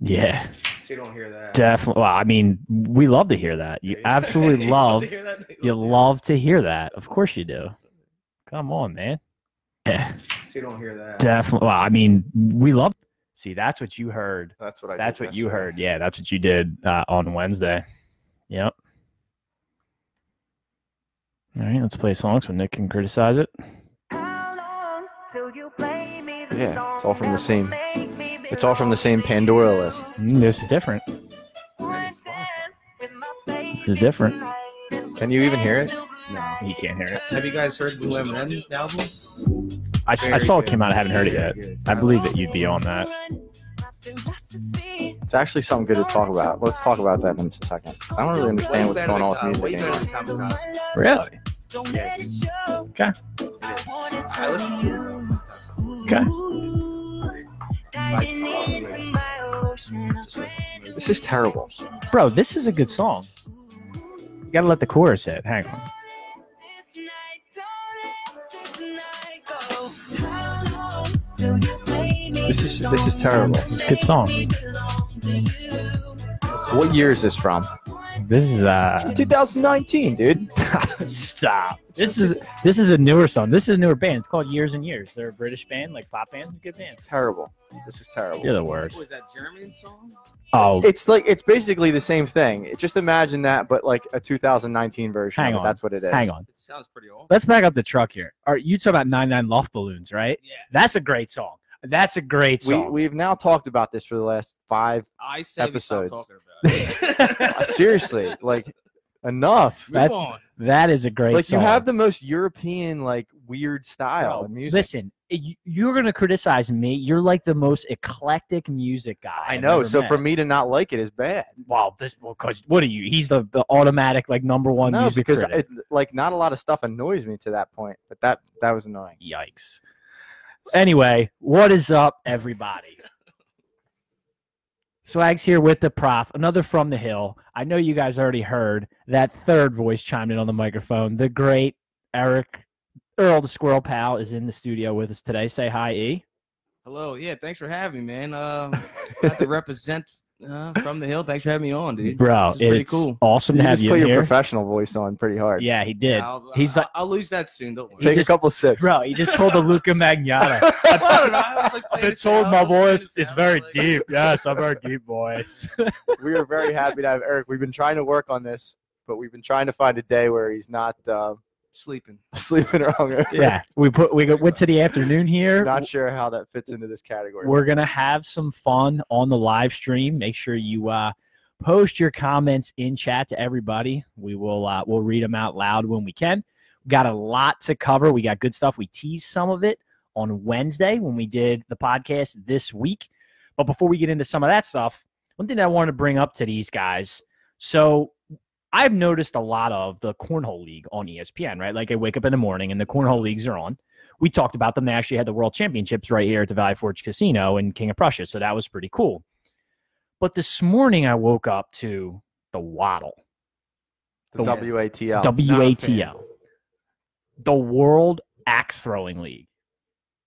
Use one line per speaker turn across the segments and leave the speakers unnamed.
Yeah,
So you don't hear that.
definitely. Well, I mean, we love to hear that. You
Yeah,
absolutely
you
love.
to hear that?
You love to hear that. Of course you do. Come on, man. Yeah,
So you don't hear that.
definitely. Well, I mean, we love. See, that's what you heard.
That's what I. did
That's what you
yesterday.
heard. Yeah, that's what you did uh, on Wednesday. Yep. All right, let's play a song so Nick can criticize it.
Yeah, it's all from the same. It's all from the same Pandora list.
Mm, This is different.
This
is different.
Can you even hear it?
No.
You can't hear it.
Have you guys heard Blue M&M album?
I, s- I
Very
saw it
good.
came out. I haven't heard it yet.
Very good.
I believe that you'd be on that.
It's actually something good to talk about. Let's talk about that in just a second. 'cause I don't really understand what's going on with music anymore.
Really?
Yeah, I
Okay.
listened to it.
Okay.
This is terrible.
Bro, this is a good song. You gotta let the chorus hit. Hang on.
This is this is terrible.
It's a good song.
What year is this from?
This is uh
2019, dude.
stop. This is this is a newer song. This is a newer band. It's called Years and Years. They're a British band, like pop band, good band.
Terrible. This is terrible.
You're the worst.
Was that German song?
Oh,
It's like it's basically the same thing. It- Just imagine that, but like a 2019 version.
Hang
of it.
on.
That's what it is.
hang on.
It sounds pretty old.
Let's back up the truck here. All right, you talk about 99 Loft Balloons, right?
Yeah,
That's a great song. That's a great
We
song.
we've now talked about this for the last five.
I said we stopped
Episodes.
talking about it.
uh, seriously, like enough.
Move
That's-
on.
that is a great
Like
song.
you have the most European like weird style
Bro,
of music.
Listen, y- you're gonna criticize me. You're like the most eclectic music guy.
I
I've
know.
ever
So
met.
for me to not like it is bad.
wow, this well, cause what are you? He's the, the automatic like number one
no,
music
because
critic.
it, like not a lot of stuff annoys me to that point, but that that was annoying.
Yikes. Anyway, what is up, everybody? Swags here with the prof, another from the hill. I know you guys already heard that third voice chimed in on the microphone. The great Eric Earl, the squirrel pal, is in the studio with us today. Say hi, E.
Hello. Yeah, thanks for having me, man. Um, glad to represent uh, from the hill. Thanks for having me on, dude.
Bro,
this is pretty
it's
cool.
awesome
You
to have
just
you
put
in
your
here.
professional voice on pretty hard.
Yeah, he did.
I'll,
He's
I-
like-
I'll, lose that soon. Don't worry.
He
Take
just-
a couple sips.
Bro, he just pulled the Luca Magnotta.
I don't know, I was, like,
I've
playing
been
this
told
out,
my
I was playing
voice
this
is
out,
very
like-
deep. Yes, I'm very deep voice.
we are very happy to have Eric. We've been trying to work on this, but we've been trying to find a day where he's not uh,
Sleeping.
sleeping or hungover.
yeah, we put we go- went to the afternoon here.
Not sure how that fits into this category.
We're gonna have some fun on the live stream. Make sure you uh, post your comments in chat to everybody. We will uh, we'll read them out loud when we can. We got a lot to cover. We got good stuff. We teased some of it on Wednesday when we did the podcast this week. But before we get into some of that stuff, one thing I wanted to bring up to these guys. So I've noticed a lot of the cornhole league on E ESPN, right? Like I wake up in the morning and the cornhole leagues are on we talked about them. They actually had the World Championships right here at the Valley Forge Casino in King of Prussia, so that was pretty cool. But this morning I woke up to the Waddle,
the
Yeah.
WATL.
WATL, the World Axe Throwing League.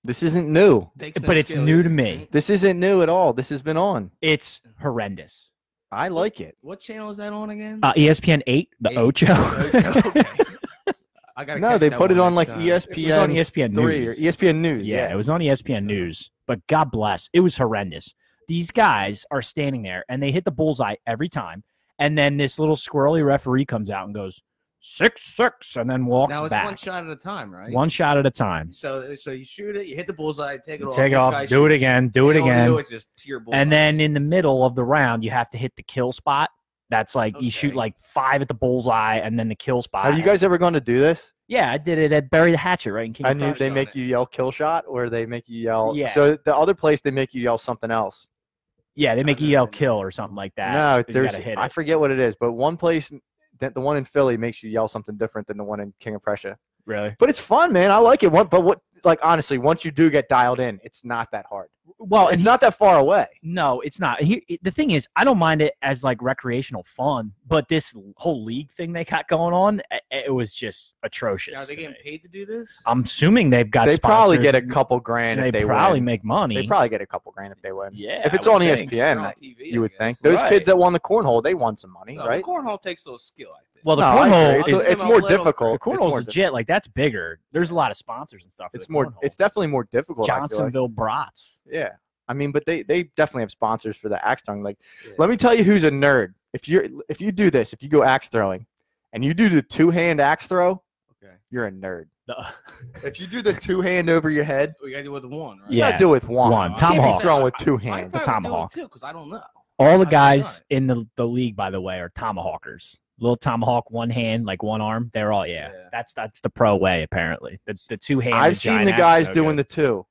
this isn't new.
Takes no
But it's
skill,
new
yeah.
to me.
This isn't new at all. This has been on.
It's horrendous.
I like it.
What channel is that on again?
Uh, ESPN eight, the
Eight,
Ocho.
Okay. I gotta
No,
catch
they
that
put it
one
on like E
next time.
it was on E
ESPN
ESPN
three or E
News.
ESPN News. Uh,
yeah, it was on E ESPN News. But God bless, it was horrendous. These guys are standing there and they hit the bullseye every time. And then this little squirrely referee comes out and goes six six, and then walks
Now it's
back
one shot at a time, right?
One shot at a time.
So, so you shoot it, you hit the bullseye, take it off,
Take it
next
off,
guy
do it
shoots.
again, do it
They all know
again,
it's just pure bullseyes.
and then in the middle of the round, you have to hit the kill spot. That's like you shoot
Okay.
like five at the bullseye, and then the kill spot.
Have you guys ever gone to do this?
Yeah, I did it at Bury the Hatchet right in King.
I
of
knew
Prussia.
they
on
make
it.
you yell kill shot or they make you yell.
Yeah.
So the other place they make you yell something else.
Yeah, they
No,
make you
no,
yell
no, no.
kill or something like that.
no,
You
there's
gotta hit
I
it.
forget what it is, but one place that the one in Philly makes you yell something different than the one in King of Prussia.
really.
But it's fun, man. I like it. One, but what like honestly, once you do get dialed in, it's not that hard.
Well,
it's
and
not that far away.
No, it's not. He, it- the thing is, I don't mind it as like recreational fun, but this whole league thing they got going on, i- i- it was just atrocious.
Now, are they
to
getting
me.
paid to do this?
I'm assuming they've got.
they probably
sponsors,
get a couple grand
and they,
if they
probably
win.
make money.
They probably get a couple grand if they win.
yeah.
if
I
it's
would
on E
think.
They're
ESPN,
on
I-
TV, I
you would
guess.
think those
Right.
kids that won the cornhole, they won some money,
No,
right?
The cornhole takes a little skill. I think.
Well, the
No, I agree.
cornhole,
it's,
is-
a-
Give
it's
them a
more
little-
difficult.
the
It's more
cornhole's
difficult.
legit. Like that's bigger. There's a lot of sponsors and stuff. for
It's
the
more.
cornhole.
It's definitely more difficult. I feel like.
Johnsonville Brats.
Yeah. I mean, but they they definitely have sponsors for the axe throwing. Like,
Yeah.
let me tell you who's a nerd. If you're if you do this, if you go axe throwing, and you do the two hand axe throw,
okay.
you're a nerd.
The-
If you do the two hand over your head,
We gotta do it with one, right?
you gotta
Yeah.
do it with one.
One.
You
Tom
can't be
Hawk.
throwing with two
I
hands.
the tomahawk.
too, because I don't know.
All the
I've
guys
done
in the, the league, by the way, are tomahawkers. Little tomahawk, one hand, like one arm. They're all yeah.
Yeah.
That's that's the pro way apparently. The the two hands.
I've seen the guys doing the two.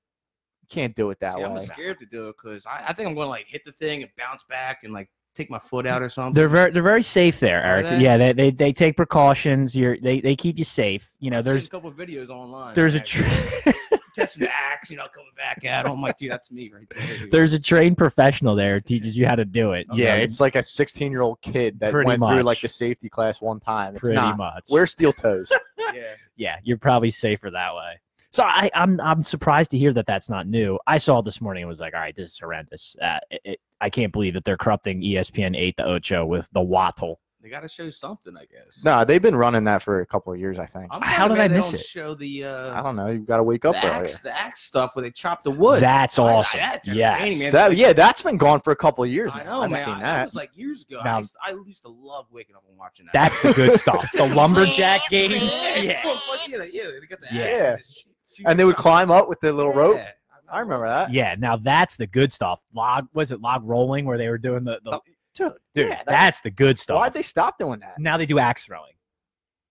You can't do it that
See, I'm
way.
scared to do it because I, I think I'm gonna like hit the thing and bounce back and like take my foot out or something.
They're very they're very safe there,
Are
Eric.
they?
Yeah, they, they they take precautions. You're they, they keep you safe. You know,
I've seen
there's
a couple videos online.
there's a
man,
tra-
catching the axe, you know, coming back at him. I'm like, dude, that's me right there. dude.
there's a trained professional there who teaches you how to do it. you
Yeah,
know,
it's like a 16 year old kid that
Pretty
went through like
much.
the safety class one time. It's
pretty
not.
much.
Wear steel toes.
yeah.
yeah, you're probably safer that way. So I, I'm I'm surprised to hear that that's not new. I saw it this morning and was like, all right, this is horrendous. Uh, it, it, I can't believe that they're corrupting E ESPN eight the Ocho with the Wattle.
They gotta show something, I guess.
nah, they've been running that for a couple of years, I think.
I'm
How
kinda
did I
mad they
miss
don't
it?
Show the
I
uh,
don't know. You've got to wake
the
up earlier.
axe, the axe stuff where they chop the wood.
That's
I- I-
awesome.
that's entertaining,
yes.
man.
That yeah, that's been gone for a couple of years.
I
now.
know,
I haven't
man.
seen
I-
that.
was like years ago.
Now-
I, used, I used to love waking up and watching that.
That's the good stuff. The lumberjack games. Yeah.
Well, plus, yeah, they- yeah, they got the
Yeah.
axe,
Yeah.
just shoot- shoot
and they would
stuff.
climb up with their little
Yeah.
rope. I remember that.
Yeah. Now that's the good stuff. Log was it log rolling where they were doing the,
Oh,
the
Dude,
dude,
yeah, that-
that's the good stuff.
why'd they stop doing that?
now they do axe throwing.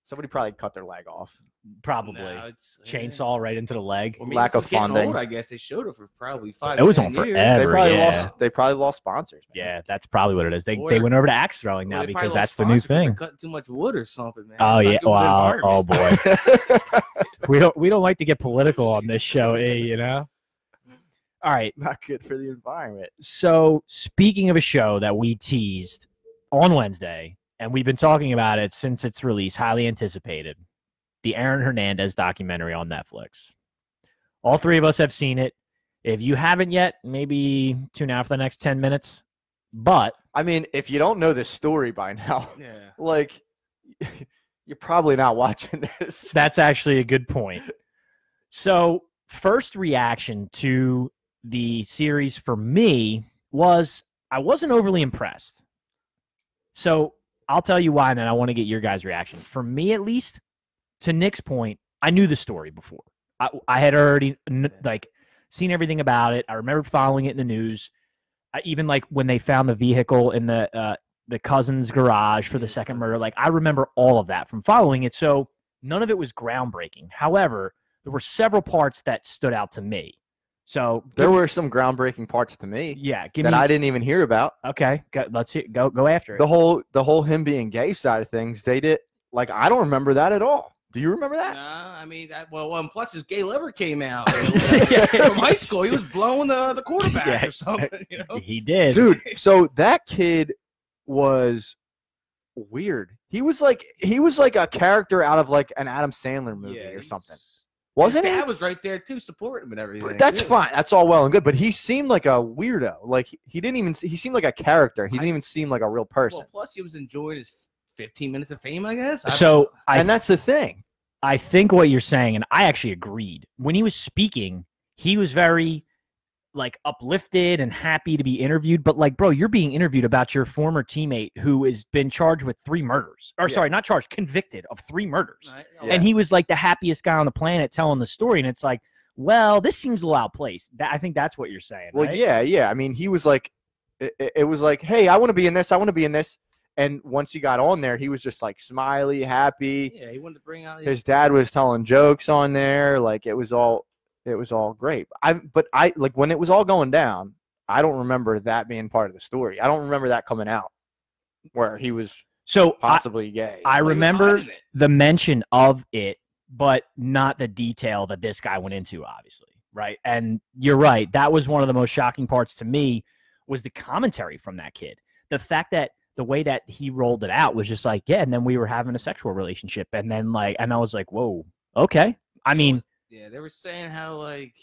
Somebody probably cut their leg off.
Probably.
No, it's- yeah.
Chainsaw right into the leg.
I mean,
Lack
this
of
is getting
funding.
Old, I guess they showed it for probably five.
It was
10
on
years.
forever.
They
Ever,
probably
yeah.
lost. They probably lost sponsors. man.
Yeah, that's probably what it is. They they
Or-
went over to axe throwing
Well,
now
they
because
probably
that's
lost
the new
sponsors 'cause they're
thing.
Cutting too much wood or something, man.
Oh
It's not
yeah!
good for the
Wow! Oh
environment.
boy! we don't we don't like to get political on this show, eh? You know. All right.
Not good for the environment.
So speaking of a show that we teased on Wednesday, and we've been talking about it since its release, highly anticipated, the Aaron Hernandez documentary on Netflix. All three of us have seen it. If you haven't yet, maybe tune out for the next ten minutes. But
I mean, if you don't know this story by now,
Yeah.
like you're probably not watching this.
That's actually a good point. So, first reaction to the series for me was I wasn't overly impressed. So, I'll tell you why, and then I want to get your guys' reaction. For me, at least, to Nick's point, I knew the story before. I, I had already kn-
Yeah.
like seen everything about it. I remembered following it in the news. I, even like when they found the vehicle in the uh, the cousin's garage for the
Yeah,
second
cousins.
murder. Like I remember all of that from following it. So none of it was groundbreaking. However, there were several parts that stood out to me. So
There were some groundbreaking parts to me
yeah, give
that
me
I didn't even hear about.
okay. Go, let's see, go go after it.
The whole the whole him being gay side of things. They did like I don't remember that at all. Do you remember that?
Nah, I mean that. Well, and plus his gay liver came out
Yeah.
from high school. He was blowing the the quarterback
Yeah.
or something. You know?
he did.
dude so that kid was weird he was like he was like a character out of like an adam sandler movie
Yeah,
or
he-
something
his
wasn't
dad
he
was right there too, supporting him and everything.
that's
too.
fine that's all well and good but he seemed like a weirdo like he- he didn't even he seemed like a character he didn't even seem like a real person
Well, plus he was enjoying his 15 minutes of fame, I guess. I
So I
and that's the thing
I think what you're saying, and I actually agreed. When he was speaking, he was very like uplifted and happy to be interviewed. But like, bro, you're being interviewed about your former teammate who has been charged with three murders. Or
Yeah.
sorry, not charged, convicted of three murders.
Right?
And he was like the happiest guy on the planet telling the story. And it's like, well, this seems a little outplaced. That, I think that's what you're saying.
well
right?
yeah yeah i mean he was like it, it- it was like hey i want to be in this i want to be in this and once he got on there he was just like smiley happy
yeah, he wanted to bring out
his dad was telling jokes on there like it was all it was all great i but i like when it was all going down i don't remember that being part of the story i don't remember that coming out where he was
So I,
possibly gay
Well,
I
he was
remember
hiding it.
the mention of it but not the detail that this guy went into, obviously. Right. And you're right. That was one of the most shocking parts to me was the commentary from that kid. The fact that the way that he rolled it out was just like, yeah, and then we were having a sexual relationship. And then like and I was like, whoa, okay. I mean,
Yeah, they were saying how like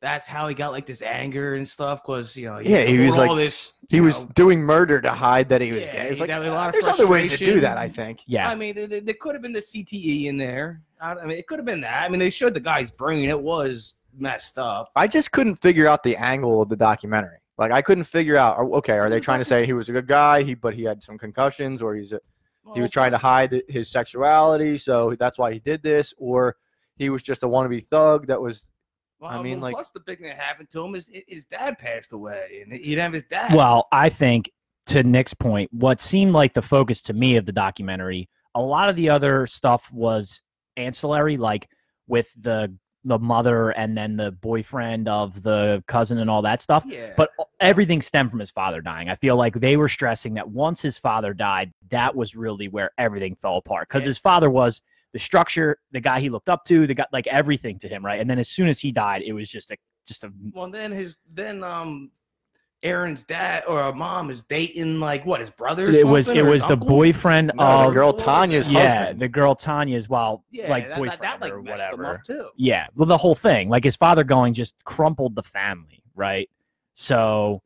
that's how he got like this anger and stuff because you know
Yeah, he
had
was,
all
like-
this.
He
you
was
know,
doing murder to hide that he was
Yeah,
gay. It's
he
like,
got a lot of
there's other ways to do
frustration.
that, I think.
yeah.
I mean, there, there- there could have been the CTE in there. I, I mean, it could have been that. I mean, they showed the guy's brain. It was messed up.
I just couldn't figure out the angle of the documentary. Like I couldn't figure out. are- Okay, are they trying to say he was a good guy? He but he had some concussions, or he's a, he was trying to hide his sexuality, so that's why he did this, or he was just a wannabe thug that was.
Well,
I mean,
well,
like-
plus the big thing that happened to him is i- his dad passed away, and he didn't have his dad.
Well, I think to Nick's point, what seemed like the focus to me of the documentary, a lot of the other stuff was ancillary, like with the the mother and then the boyfriend of the cousin and all that stuff.
yeah,
But everything stemmed from his father dying. I feel like they were stressing that once his father died, that was really where everything fell apart because
Yeah.
his father was the structure, the guy he looked up to, the guy like everything to him, right? And then as soon as he died, it was just a just a
well, then his then um, Aaron's dad or uh, mom is dating like what his brother. or
it was
something,
it
or his
was the
uncle?
boyfriend
No,
of
the girl Tanya's
yeah,
husband.
the girl Tanya's well,
Yeah,
like
that,
boyfriend
that, that, like
or
messed them
whatever.
up too.
Yeah, well, the whole thing, like his father going, just crumpled the family, right? So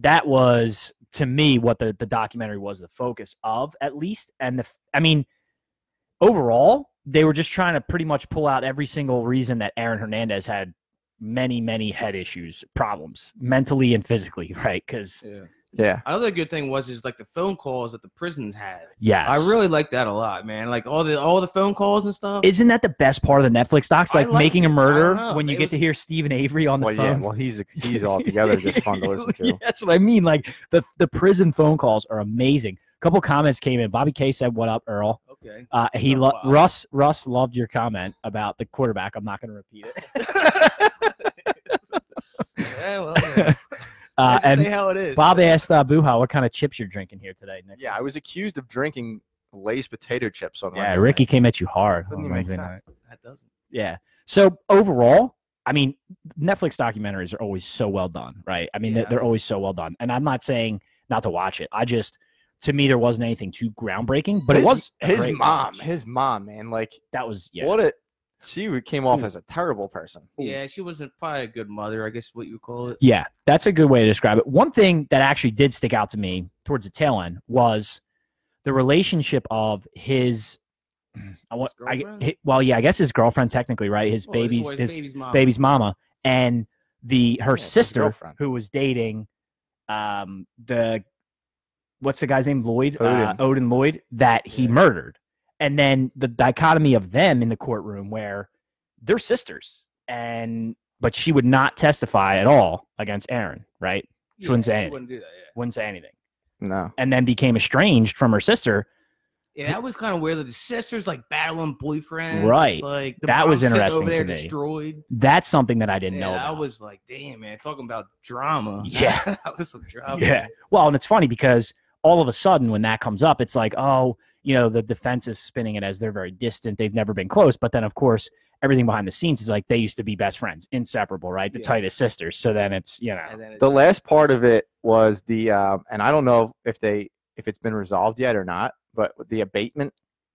that was to me what the the documentary was the focus of, at least. And the, f- I mean, overall, they were just trying to pretty much pull out every single reason that Aaron Hernandez had many, many head issues, problems, mentally and physically, right? Because
Yeah.
Yeah,
Another good thing was is like the phone calls that the prisons had.
yes,
I really like that a lot, man. Like all the all the phone calls and stuff.
Isn't that the best part of the Netflix docs?
I
Like
liked
making
it.
a
I
murder
don't know.
when you
It
get
was-
to hear Stephen Avery on the
well, yeah,
phone.
well, he's he's altogether just fun to listen to.
That's what I mean. Like the the prison phone calls are amazing. A couple comments came in. Bobby K said, "What up, Earl?"
okay.
Uh, he
Oh,
lo-
wow.
Russ Russ loved your comment about the quarterback. I'm not going to repeat it.
Yeah, well, yeah.
Uh,
Let's just say
and
how it is.
Bob asked uh, Buha, "What kind of chips you're drinking here today?" Nick?
Yeah, I was accused of drinking Lay's potato chips on
Yeah,
Wednesday
Ricky
night.
came at you hard. Oh
Doesn't
on
even make
Wednesday
sense.
night.
That doesn't.
Yeah. So overall, I mean, Netflix documentaries are always so well done, right? I mean, they're,
Yeah.
they're always so well done. And I'm not saying not to watch it. I just, to me, there wasn't anything too groundbreaking, but
his,
it was a
his
great
mom.
watch.
His mom, man, like
That was yeah.
what a she would- came off
Ooh.
as a terrible person.
Yeah, she wasn't probably a good mother. I guess is what you call it.
Yeah, that's a good way to describe it. One thing that actually did stick out to me towards the tail end was the relationship of his. I want. I,
girlfriend?
hi- well, yeah, I guess his girlfriend technically, right? His
Well, it-
baby's
well, his
his
baby's mom.
baby's mama and the her
Yeah, his
sister
girlfriend.
who was dating um the what's the guy's name Lloyd Uh,
Odin.
Odin Lloyd that he
Yeah.
murdered and then the dichotomy of them in the courtroom where they're sisters and but she would not testify at all against Aaron right
Yeah,
wouldn't say
She
anything.
wouldn't do that.
wouldn't say anything
No,
and then became estranged from her sister
Yeah. Yeah, that was kind of weird. That the sisters like battling boyfriends. It's
Right.
Like the
That was
mom's sitting
interesting
over there
to me.
Destroyed.
that's something that I didn't
yeah,
know
I
about.
was like, damn, man, talking about drama.
Yeah.
that was some drama.
Yeah. Well, and it's funny because all of a sudden when that comes up, it's like, oh, you know, the defense is spinning it as they're very distant. They've never been close. But then, of course, everything behind the scenes is like they used to be best friends, inseparable, right? The
Yeah.
tightest sisters. So then it's, you know,
And then it,
the last part of it was the um, and I don't know if they if it's been resolved yet or not, but the abatement,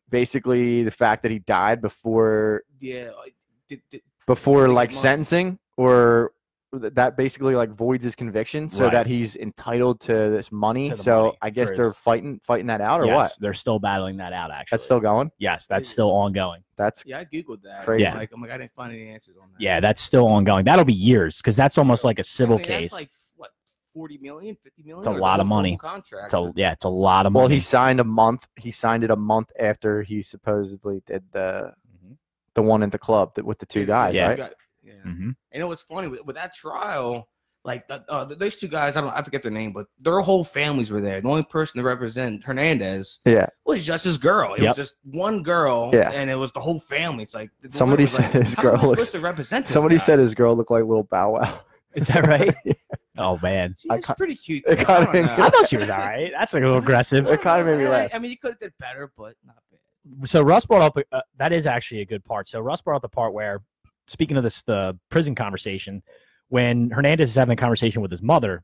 basically the fact that he died before
yeah. I- Did, did,
before
Like
like
month.
sentencing or th- that basically like voids his conviction so
Right.
that he's entitled to this money.
To the
so
money
I guess
for
they're
his-
fighting fighting that out or
yes,
what?
they're still battling that out, actually.
That's still going.
yes, that's still ongoing.
That's
yeah, I googled that.
Crazy.
Like, I'm like, I didn't find any answers on that.
Yeah, that's still ongoing. That'll be years because that's almost like a civil
I mean,
case.
That's like what 40 million, 50 million.
It's a
or the
lot of
whole- whole
money.
Contract.
it's a, yeah, it's a lot of money.
well, he signed a month. He signed it a month after he supposedly did the
Mhm.
the one at the club that, with the two
Yeah,
guys,
yeah.
right?
got- yeah.
Mhm.
And it was funny with, with that trial. Like the, uh, th- those two guys, I don't, I forget their name, but their whole families were there. The only person to represent Hernandez
Yeah.
was just his girl. It
Yep.
was just one girl,
Yeah.
and it was the whole family. It's like the lawyer
Somebody
was like,
said his
"How am I
girl
supposed
looks-
to represent. this
Somebody
guy?"
said his girl looked like little Bow Wow.
Is that right? oh, man.
she
I
was
ca-
pretty cute.
I
too.
kinda
I don't
think-
know.
I thought she was all right. That's like a little aggressive.
It kinda made me
I-
laugh.
I mean, you could have did better, but not bad.
so Russ brought up uh, that is actually a good part. So Russ brought up the part where, speaking of this, the prison conversation, when Hernandez is having a conversation with his mother,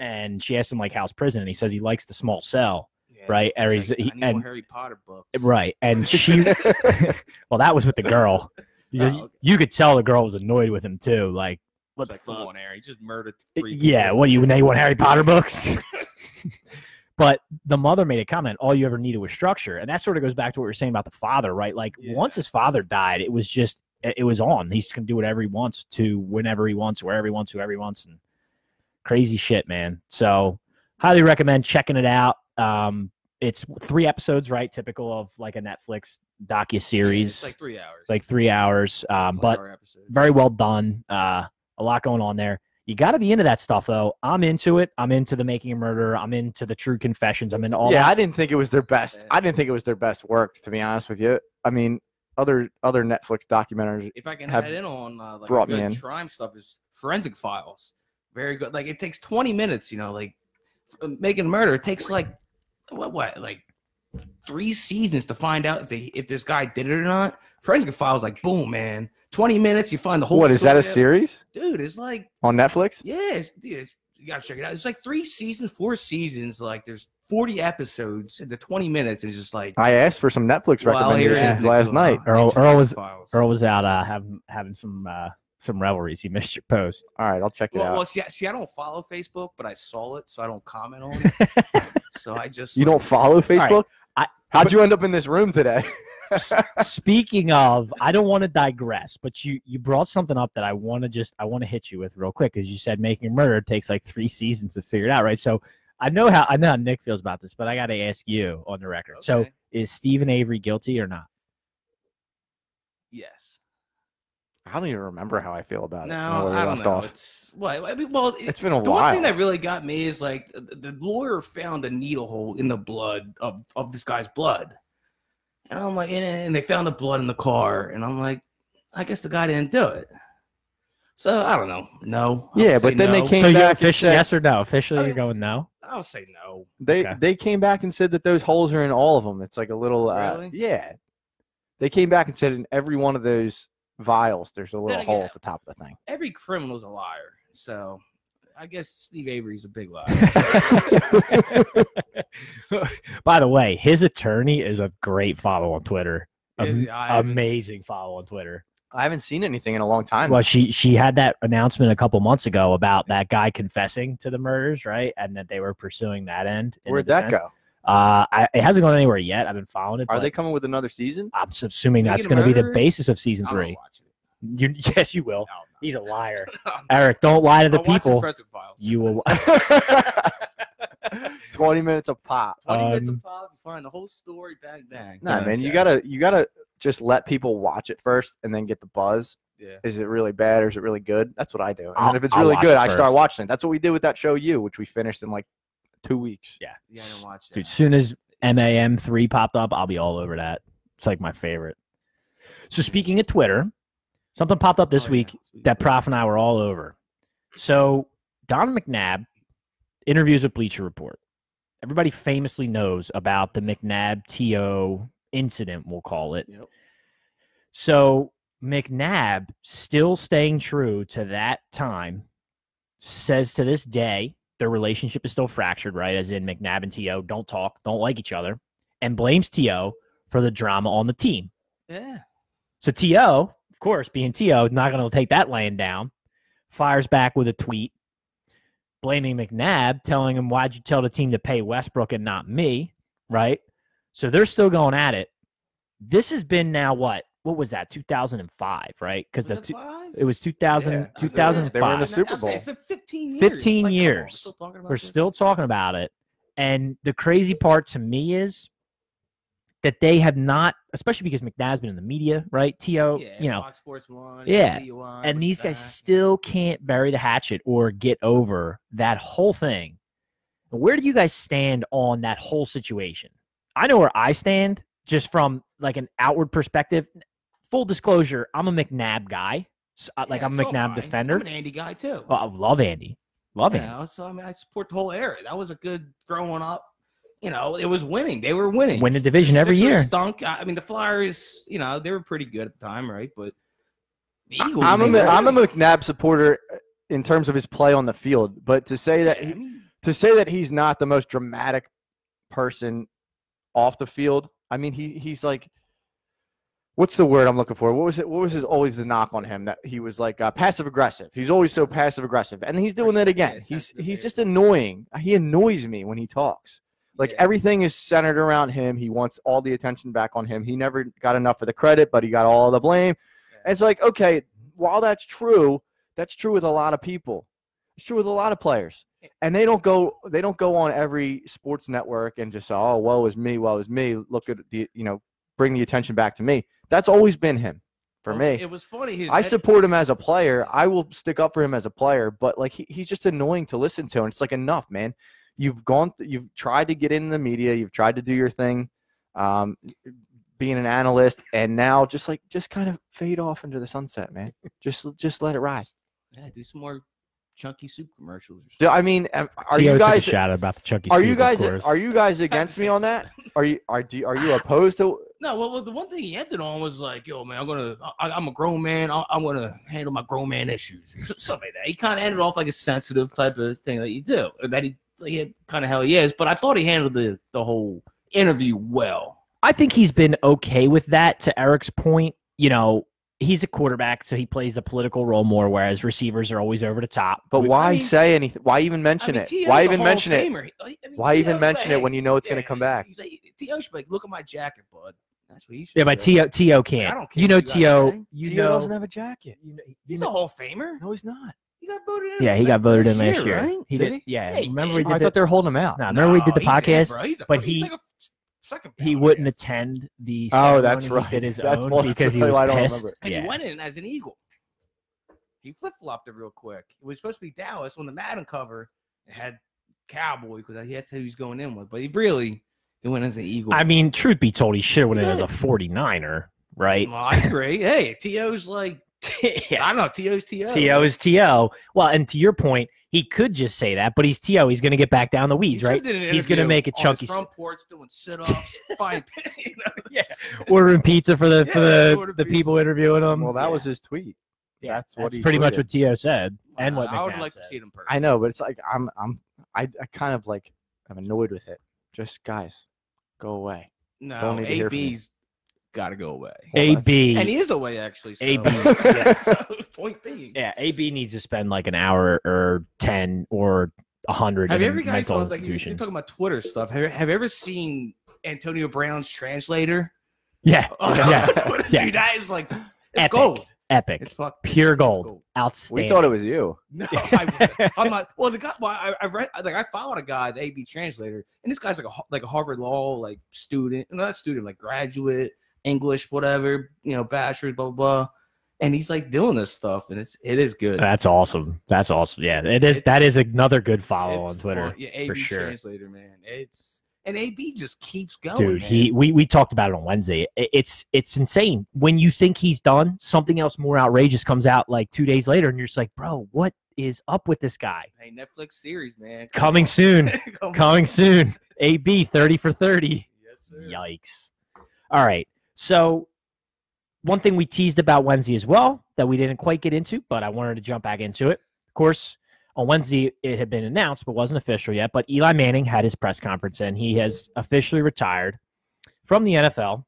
and she asks him like, "How's prison?" and he says he likes the small cell,
Yeah.
right? Or
It's
he's,
like,
he,
I need more
and
Harry Potter books.
right, and she, well, that was with the girl. Because
Oh, okay.
You could tell the girl was annoyed with him too. Like, what
It's like,
the
come
fuck?
on, Harry. You just murdered three
Yeah,
people.
what do you now? You want Harry Potter books? but the mother made a comment. All you ever needed was structure, and that sort of goes back to what we were saying about the father, right? Like
Yeah.
once his father died, it was just it it was on. He's gonna do whatever he wants to, whenever he wants, wherever he wants, whoever he wants, and crazy shit, man. So highly recommend checking it out. Um, it's three episodes, right? Typical of like a Netflix docu
Yeah,
series,
It's like
like,
three hours.
three hours.
One
Um, but
hour episode.
very well done. Uh, a lot going on there. You got to be into that stuff, though. I'm into it. I'm into the making a murderer. I'm into the true confessions. I'm into all
yeah,
that.
I didn't think it was their best.
Yeah.
I didn't think it was their best work, to be honest with you. I mean, other other Netflix documentaries.
if I can
have
add in on uh, like
brought me
good
in.
crime stuff is forensic files. Very good. Like it takes 20 minutes, you know, like f- making murder it takes like what what like three seasons to find out if they if this guy did it or not. Forensic files like boom, man. 20 minutes you find the whole
What is that a
story out.
series
Dude, it's like
on Netflix?
yeah, it's, dude, it's, you got to check it out. It's like three seasons, four seasons, like there's 40 episodes and the 20 minutes is just like
I asked for some Netflix
well, here it
recommendations
is.
last night.
Wow, it's
Earl- Earl was-
forensic files.
Earl was out uh, having having some uh, some revelries. He missed your post.
All right, I'll check it
Well, well
out.
see, I- see, I don't follow Facebook, but I saw it, so I don't comment on it. so I just
You don't follow
right,
Facebook?
I-
How'd you end up in this room today?
Speaking of, I don't want to digress, but you you brought something up that I want to just I want to hit you with real quick because you said making a murderer takes like three seasons to figure it out, right? So I know how I know how Nick feels about this, but I got to ask you on the record. So
Okay.
is Stephen Avery guilty or not?
yes.
I don't even remember how I feel about it. from
No,
where we
I don't
left
know.
off.
It's well, I mean, well, it-
it's been a
the one
while.
thing that really got me is like the, the lawyer found a needle hole in the blood of of this guy's blood, and I'm like, and, and they found the blood in the car, and I'm like, I guess the guy didn't do it. So I don't know. No. I would
Yeah,
say
but then they
no.
came-
So you're
back and
officially
said-
yes or no? Officially,
I
you're
mean-
going no.
I'll say no.
They
Okay.
they came back and said that those holes are in all of them. It's like a little uh,
Really?
yeah. They came back and said in every one of those vials, there's a little
again-
hole at the top of the thing.
Every criminal's a liar, so I guess Steve Avery's a big liar.
By the way, his attorney is a great follow on Twitter. Am-
Yeah, I haven't-
amazing follow on Twitter.
I haven't seen anything in a long time.
Well, she she had that announcement a couple months ago about that guy confessing to the murders, right? And that they were pursuing that end. in the
Where'd that
defense.
go?
Uh, I, it hasn't gone anywhere yet. I've been following it.
Are
but
they coming with another season?
I'm s- assuming
Making
that's going to be the
murderers?
basis of season
I'm not
three.
watching it.
You, yes, you will.
No, I'm not.
He's a liar,
I'm not.
Eric. Don't lie to the
I'll watch
people.
Forensic Files.
you will.
Twenty minutes of pop.
twenty minutes
um,
of pop, you find the whole story, bang bang.
Nah, man, you
Okay.
gotta you gotta just let people watch it first and then get the buzz.
Yeah,
Is it really bad or is it really good? That's what I do. And
I'll-
then if it's
I'll
really
watch
good,
it
I start
first.
watching it. That's what we did with that show you, which we finished in like two weeks.
yeah, I didn't watch that.
Dude, soon as MAM three popped up, I'll be all over that. It's like my favorite. So speaking of Twitter, something popped up this
Oh, yeah,
week
sweet.
that Prof and I were all over. So Don McNabb interviews with Bleacher Report. Everybody famously knows about the McNabb TO incident, we'll call it.
Yep.
So McNabb, still staying true to that time, says to this day their relationship is still fractured, right? As in McNabb and TO don't talk, don't like each other, and blames TO for the drama on the team.
Yeah,
So TO, of course, being TO, not going to take that laying down, fires back with a tweet blaming McNabb, telling him, Why'd you tell the team to pay Westbrook and not me? Right. So they're still going at it. This has been now what? What was that? 2005, right? Because
Was
the
it
two,
five?
it was 2000,
Yeah.
They were-
They were in
2005.
the
I'm
Super
saying
Bowl.
It's been fifteen years.
15
come on,
years.
still talking about
We're
this?
still talking about it. And the crazy part to me is that they have not, especially because McNabb's been in the media, right? TO,
Yeah,
uh, you know,
Fox Sports One.
Yeah,
DUI,
and
with
these guys
that.
still can't bury the hatchet or get over that whole thing. Where do you guys stand on that whole situation? I know where I stand just from like an outward perspective. Full disclosure, I'm a McNabb guy. So, uh, like
Yeah,
I'm a
so
McNabb
am I.
defender.
I'm an Andy guy too.
Well, I love Andy. Love
you
Andy.
know, so I mean, I support the whole area. That was a good growing up. you know, it was winning. They were winning.
Win the division every
Sixers
year.
Stunk. I I mean, the Flyers. You know, they were pretty good at the time, right? But the Eagles.
I'm
they
a,
were-
I'm a McNabb supporter in terms of his play on the field, but to say that
Yeah, I
he,
mean,
to say that he's not the most dramatic person off the field, I mean he he's like what's the word I'm looking for? What was it? What was his always the knock on him that he was like uh, passive aggressive. He's always so passive aggressive, and he's doing that
Yeah,
again.
it's
He's
sensitive
he's
there.
just annoying. He annoys me when he talks. Like
yeah.
everything is centered around him. He wants all the attention back on him. He never got enough of the credit, but he got all the blame. And it's like, okay, while that's true, that's true with a lot of people. It's true with a lot of players. And they don't go they don't go on every sports network and just say, Oh, woe is me, woe is me. Look at the you know, bring the attention back to me. That's always been him for
well,
me.
It was funny. His
I
head-
support him as a player. I will stick up for him as a player, but like he, he's just annoying to listen to. And it's like enough, man. You've gone, th- you've tried to get in the media, you've tried to do your thing, um, being an analyst, and now just like just kind of fade off into the sunset, man. Just just let it rise.
Yeah, do some more chunky soup commercials. Or
Do- I mean, am-
T.O.
are you
took a
guys
shout out about the chunky?
are
soup,
you
of
guys
course.
are you guys against me on that? Are you are do, are you opposed to?
No, well, well, the one thing he ended on was like, "Yo, man, I'm gonna, I, I'm a grown man. I, I'm gonna handle my grown man issues." or Something like that. He kind of ended off like a sensitive type of thing that you do, or that he, he kind of how he is. But I thought he handled the the whole interview well.
I think he's been okay with that. To Eric's point, you know, he's a quarterback, so he plays the political role more, whereas receivers are always over the top.
But
We-
why
mean-
say anything? Why even mention it? Why even mention it? Why even mention it when you know it's going to come back?
He's like, T.O. should be like, "Look at my jacket, bud." That's what he should.
Yeah, but
do.
T.O. T.O. can't.
I don't care
you know
what you guys
T.O.
think.
You
T.O. doesn't
know.
have a jacket.
you know-
He's a Hall of Famer.
No, he's not.
He got voted in.
Yeah, he
like,
got voted in last year.
right?
He
Did
did.
he?
Yeah,
Yeah, he
remember
did.
we
Oh, I
did.
thought
The,
they were holding him out.
no, remember we did the
he's in,
podcast.
bro. He's a-
but
he's
he-
like a second
he
ballot, I
wouldn't
guess.
attend the.
Oh, that's
ceremony.
right.
He did his
That's
own
why-
because he
that's
was
why I don't
pissed.
remember.
and
yeah.
he went in as an Eagle. He flip flopped it real quick. It was supposed to be Dallas on the Madden cover. It had Cowboy because that's who he's going in with. But he really he went as an Eagle.
I mean, truth be told, he should have went in
He
as a 49er, right?
well, I agree. hey, To's like
yeah.
I don't know. To's To.
T.O. is T.O. Well, and to your point, he could just say that, but he's T.O. He's going to get back down the weeds, right? He's gonna make a chunky
On his front porch doing sit ups. fine. you know?
Ordering pizza for the for
Yeah,
the,
order
the
pizza.
people interviewing him.
Well, that
Yeah.
was his
Um,
tweet.
Yeah,
that's what he
pretty much
tweeted.
what T.O. said and what
I would
McNabb
like
said.
to see it in person.
I know, but it's like I'm I'm I, I kind of like I'm annoyed with it. Just guys, go away.
No,
Don't need to hear from you.
AB's got to go away.
Well,
A
that's-
And
B.
he is away actually. So,
AB.
Yeah, so, point being.
Yeah, A B needs to spend like an hour or ten or a hundred
Have
in
you
a
ever guys
mental
thought, like, you're,
institution.
you're talking about Twitter stuff? Have, have you ever seen Antonio Brown's translator?
yeah, Yeah. Yeah.
Dude, that is like it's
Epic.
gold.
epic,
It's fuck.
pure gold,
gold.
outstanding.
We thought it was you.
No, I, I'm not. Well, the guy. Well, I, I read. Like, I followed a guy, the AB translator, and this guy's like a Har- like a Harvard law like student, not student, like graduate, English, whatever, you know, bachelor's, blah blah blah, and he's like doing this stuff, and it's it is good.
That's awesome. That's awesome. Yeah, it is.
It's-
that is another good follow
It's
on Twitter,
fun. Yeah, AB
sure.
translator, man. It's and AB just keeps going.
dude.
Oh, man.
He we we talked about it on Wednesday. I- It's it's insane when you think he's done, something else more outrageous comes out like two days later, and you're just like, bro, what is up with this guy?
Hey, Netflix series, man. Come
Coming soon.
on. Come on.
Coming soon. A B thirty for thirty.
Yes, sir.
Yikes. All right. So, one thing we teased about Wednesday as well that we didn't quite get into, but I wanted to jump back into it. Of course, on Wednesday, it had been announced, but wasn't official yet. But Eli Manning had his press conference and he has officially retired from the NFL.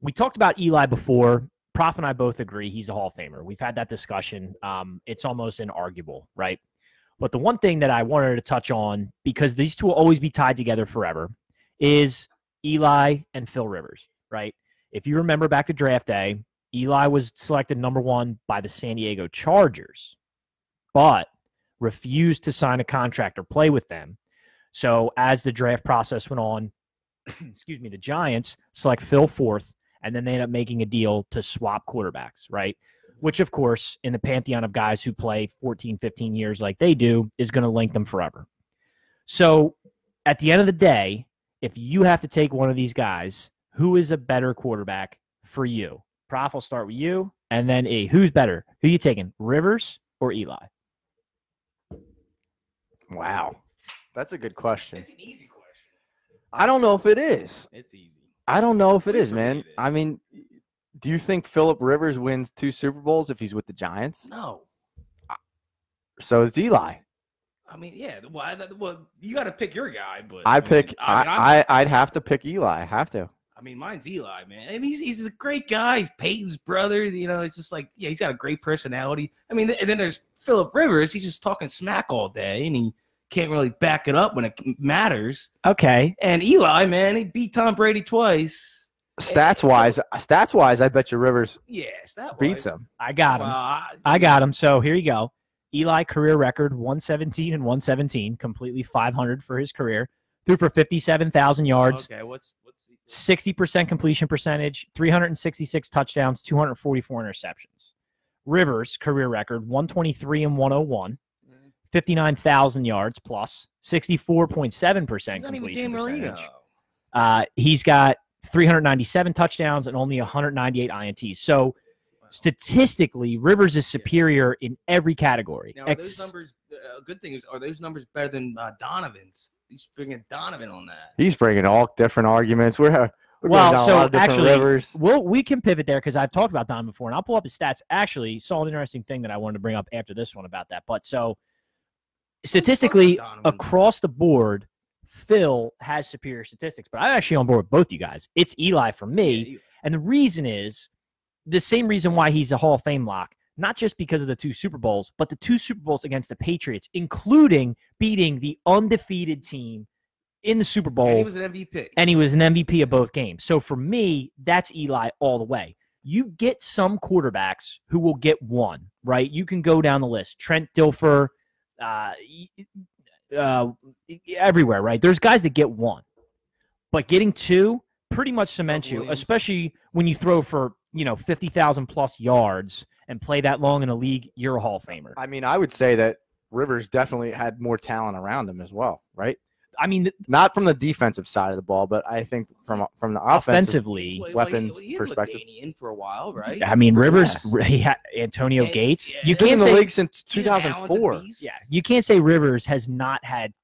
We talked about Eli before. Prof and I both agree he's a Hall of Famer. We've had that discussion. Um, it's almost inarguable, right? But the one thing that I wanted to touch on, because these two will always be tied together forever, is Eli and Phil Rivers, right? If you remember back to draft day, Eli was selected number one by the San Diego Chargers, but refused to sign a contract or play with them. So as the draft process went on, excuse me, the Giants select Phil fourth, and then they end up making a deal to swap quarterbacks, right? Which, of course, in the pantheon of guys who play 14, 15 years like they do, is going to link them forever. So at the end of the day, if you have to take one of these guys, who is a better quarterback for you? Prof, will start with you, and then E. Who's better? Who you taking, Rivers or Eli?
Wow, that's a good question.
It's an easy question.
I don't know if it is.
It's easy.
I don't know if it
Please
is,
tell me
man.
it
I
is.
mean, do you think Philip Rivers wins two Super Bowls if he's with the Giants?
No.
So it's Eli.
I mean, yeah. Well, I, well you got to pick your guy, but
I
mean,
pick.
mean, I'm-
I, I I'd have to pick Eli. I have to.
I mean, mine's Eli, man. I mean, he's, he's a great guy. He's Peyton's brother. You know, it's just like, yeah, he's got a great personality. I mean, and then there's Philip Rivers. He's just talking smack all day, and he can't really back it up when it matters.
Okay.
And Eli, man, he beat Tom Brady twice.
Stats wise, stats wise, I bet you Rivers
Yes, that
beats him.
I got him. I got him. So here you go. Eli career record 117 and 117, completely 500 for his career. Threw for 57,000 yards,
Okay, what's what's the,
60% completion percentage, 366 touchdowns, 244 interceptions. Rivers career record 123 and 101,
Mm.
59,000 yards plus, 64.7%
He's not even
completion
Dan Marino.
percentage. Uh, he's got 397 touchdowns and only 198 INTs. So
Wow.
statistically, Rivers is superior in every category.
Now, are
Ex-
those numbers? A good thing is, are those numbers better than uh, Donovan's? He's bringing Donovan on that.
He's bringing all different arguments. We're, ha- we're going
Well,
down
so
a lot of different
actually-
rivers.
well, we can pivot there because I've talked about Don before, and I'll pull up his stats. Actually, saw an interesting thing that I wanted to bring up after this one about that. But so statistically,
Donovan.
across the board, Phil has superior statistics. But I'm actually on board with both you guys. It's Eli for me.
Yeah, you-
And the reason is the same reason why he's a Hall of Fame lock, not just because of the two Super Bowls, but the two Super Bowls against the Patriots, including beating the undefeated team in the Super Bowl.
and he was an MVP.
and he was an MVP of both games. So for me, that's Eli all the way. You get some quarterbacks who will get one, right? You can go down the list. Trent Dilfer, uh, y- uh, everywhere, right? There's guys that get one, but getting two pretty much cements you,
Williams.
especially when you throw for you know fifty thousand plus yards and play that long in a league. You're a Hall of Famer.
I mean, I would say that Rivers definitely had more talent around him as well, right?
I mean,
Not from the defensive side of the ball, but I think from from the offensive.
offensively,
Well, well, he-
weapons
well, he had
perspective.
Ladainian for a while, right?
I mean Rivers.
Yeah.
He had Antonio
And-
Gates.
yeah,
you
and-
He's been
can't
in the
say
league since
He was a talented
2004.
beast.
Yeah, you can't say Rivers has not had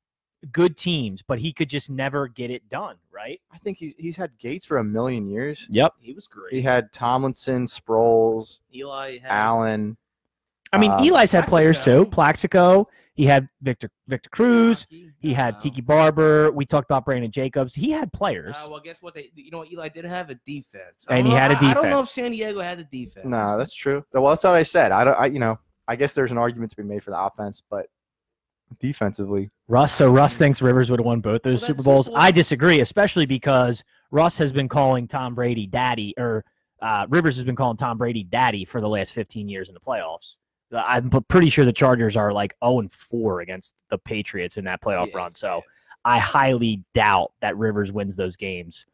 good teams, but he could just never get it done, right?
I think he's he's had Gates for a million years.
Yep.
he was great.
He had Tomlinson, Sproles,
Eli had
Allen.
I mean,
Um,
Eli's had players too.
Plaxico.
Plaxico, he had Victor Victor Cruz, he had
Uh,
Tiki Barber. We talked about Brandon Jacobs. He had
Uh,
players.
well, guess what? They, you know, what Eli did have a defense,
And he
I
had a
don't know- I- I don't know if
defense.
San Diego had a defense.
No, that's true. Well, that's what I said. I don't. I you know. I guess there's an argument to be made for the offense, but defensively,
Russ. So Russ thinks Rivers would have won both those
Mm-hmm. Well, that's
Super Bowls.
Super Bowl.
I disagree, especially because Russ has been calling Tom Brady daddy, or uh, Rivers has been calling Tom Brady daddy for the last 15 years in the playoffs. Uh, I'm p- pretty sure the Chargers are like 0 and 4 against the Patriots in that playoff
Yeah,
run.
it's
So
bad.
I highly doubt that Rivers wins those games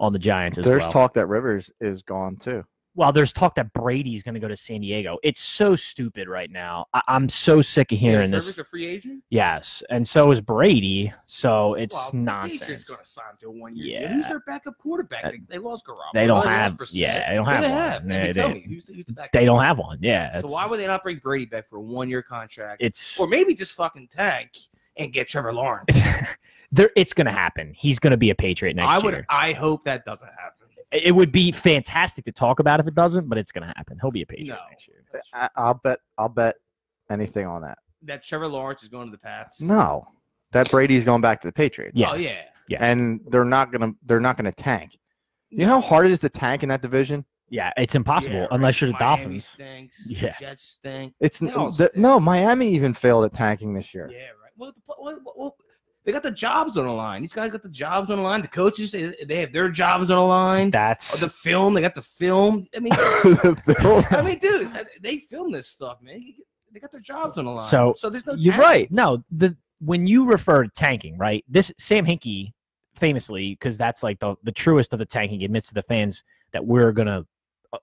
on the Giants as
there's
well.
talk that Rivers is gone too.
well, there's talk that Brady's going to go to San Diego. It's so stupid right now. I- I'm so sick of
Yeah,
hearing
Rivers
this.
a free agent.
Yes, and so is Brady. So it's
well, The Patriots
nonsense.
going to sign him to a one year. deal. Who's
Yeah.
their backup quarterback?
Uh,
They, they lost Garoppolo.
They don't
lost
have.
Brissett.
Yeah, they don't
Who
have.
they
one.
have. I
They,
mean,
they-
tell me, who's, the- who's the backup?
they don't have one. Yeah.
So
it's-
why would they not bring Brady back for a one year contract,
It's
or maybe just fucking tank and get Trevor Lawrence?
there. It's going to happen. He's going to be a Patriot next
I would.
year.
I hope that doesn't happen.
It would be fantastic to talk about if it doesn't, but it's going to happen. He'll be a Patriot
No.
next year.
That's-
I, I'll bet. I'll bet anything on that.
That Trevor Lawrence is going to the Pats.
No, that Brady's going back to the Patriots.
Yeah.
Oh yeah.
and they're not gonna they're not gonna tank. You know how hard it is to tank in that division?
Yeah, it's impossible
Yeah, right.
unless you're the
Miami
Dolphins.
Stinks.
Yeah.
Jets stink.
It's
They all
the,
stink.
no Miami even failed at tanking this year.
Yeah, right. Well, the, well, well, well, they got the jobs on the line. These guys got the jobs on the line. The coaches, they they have their jobs on the line. Oh,
That's
The film, they got the film. I mean,
The Bill-
I mean, dude, uh, they film this stuff, man. They got their jobs on the line.
So,
so there's no.
You're
talent.
right. No, the when you refer to tanking, right? This Sam Hinkie famously, because that's like the the truest of the tanking, admits to the fans that we're gonna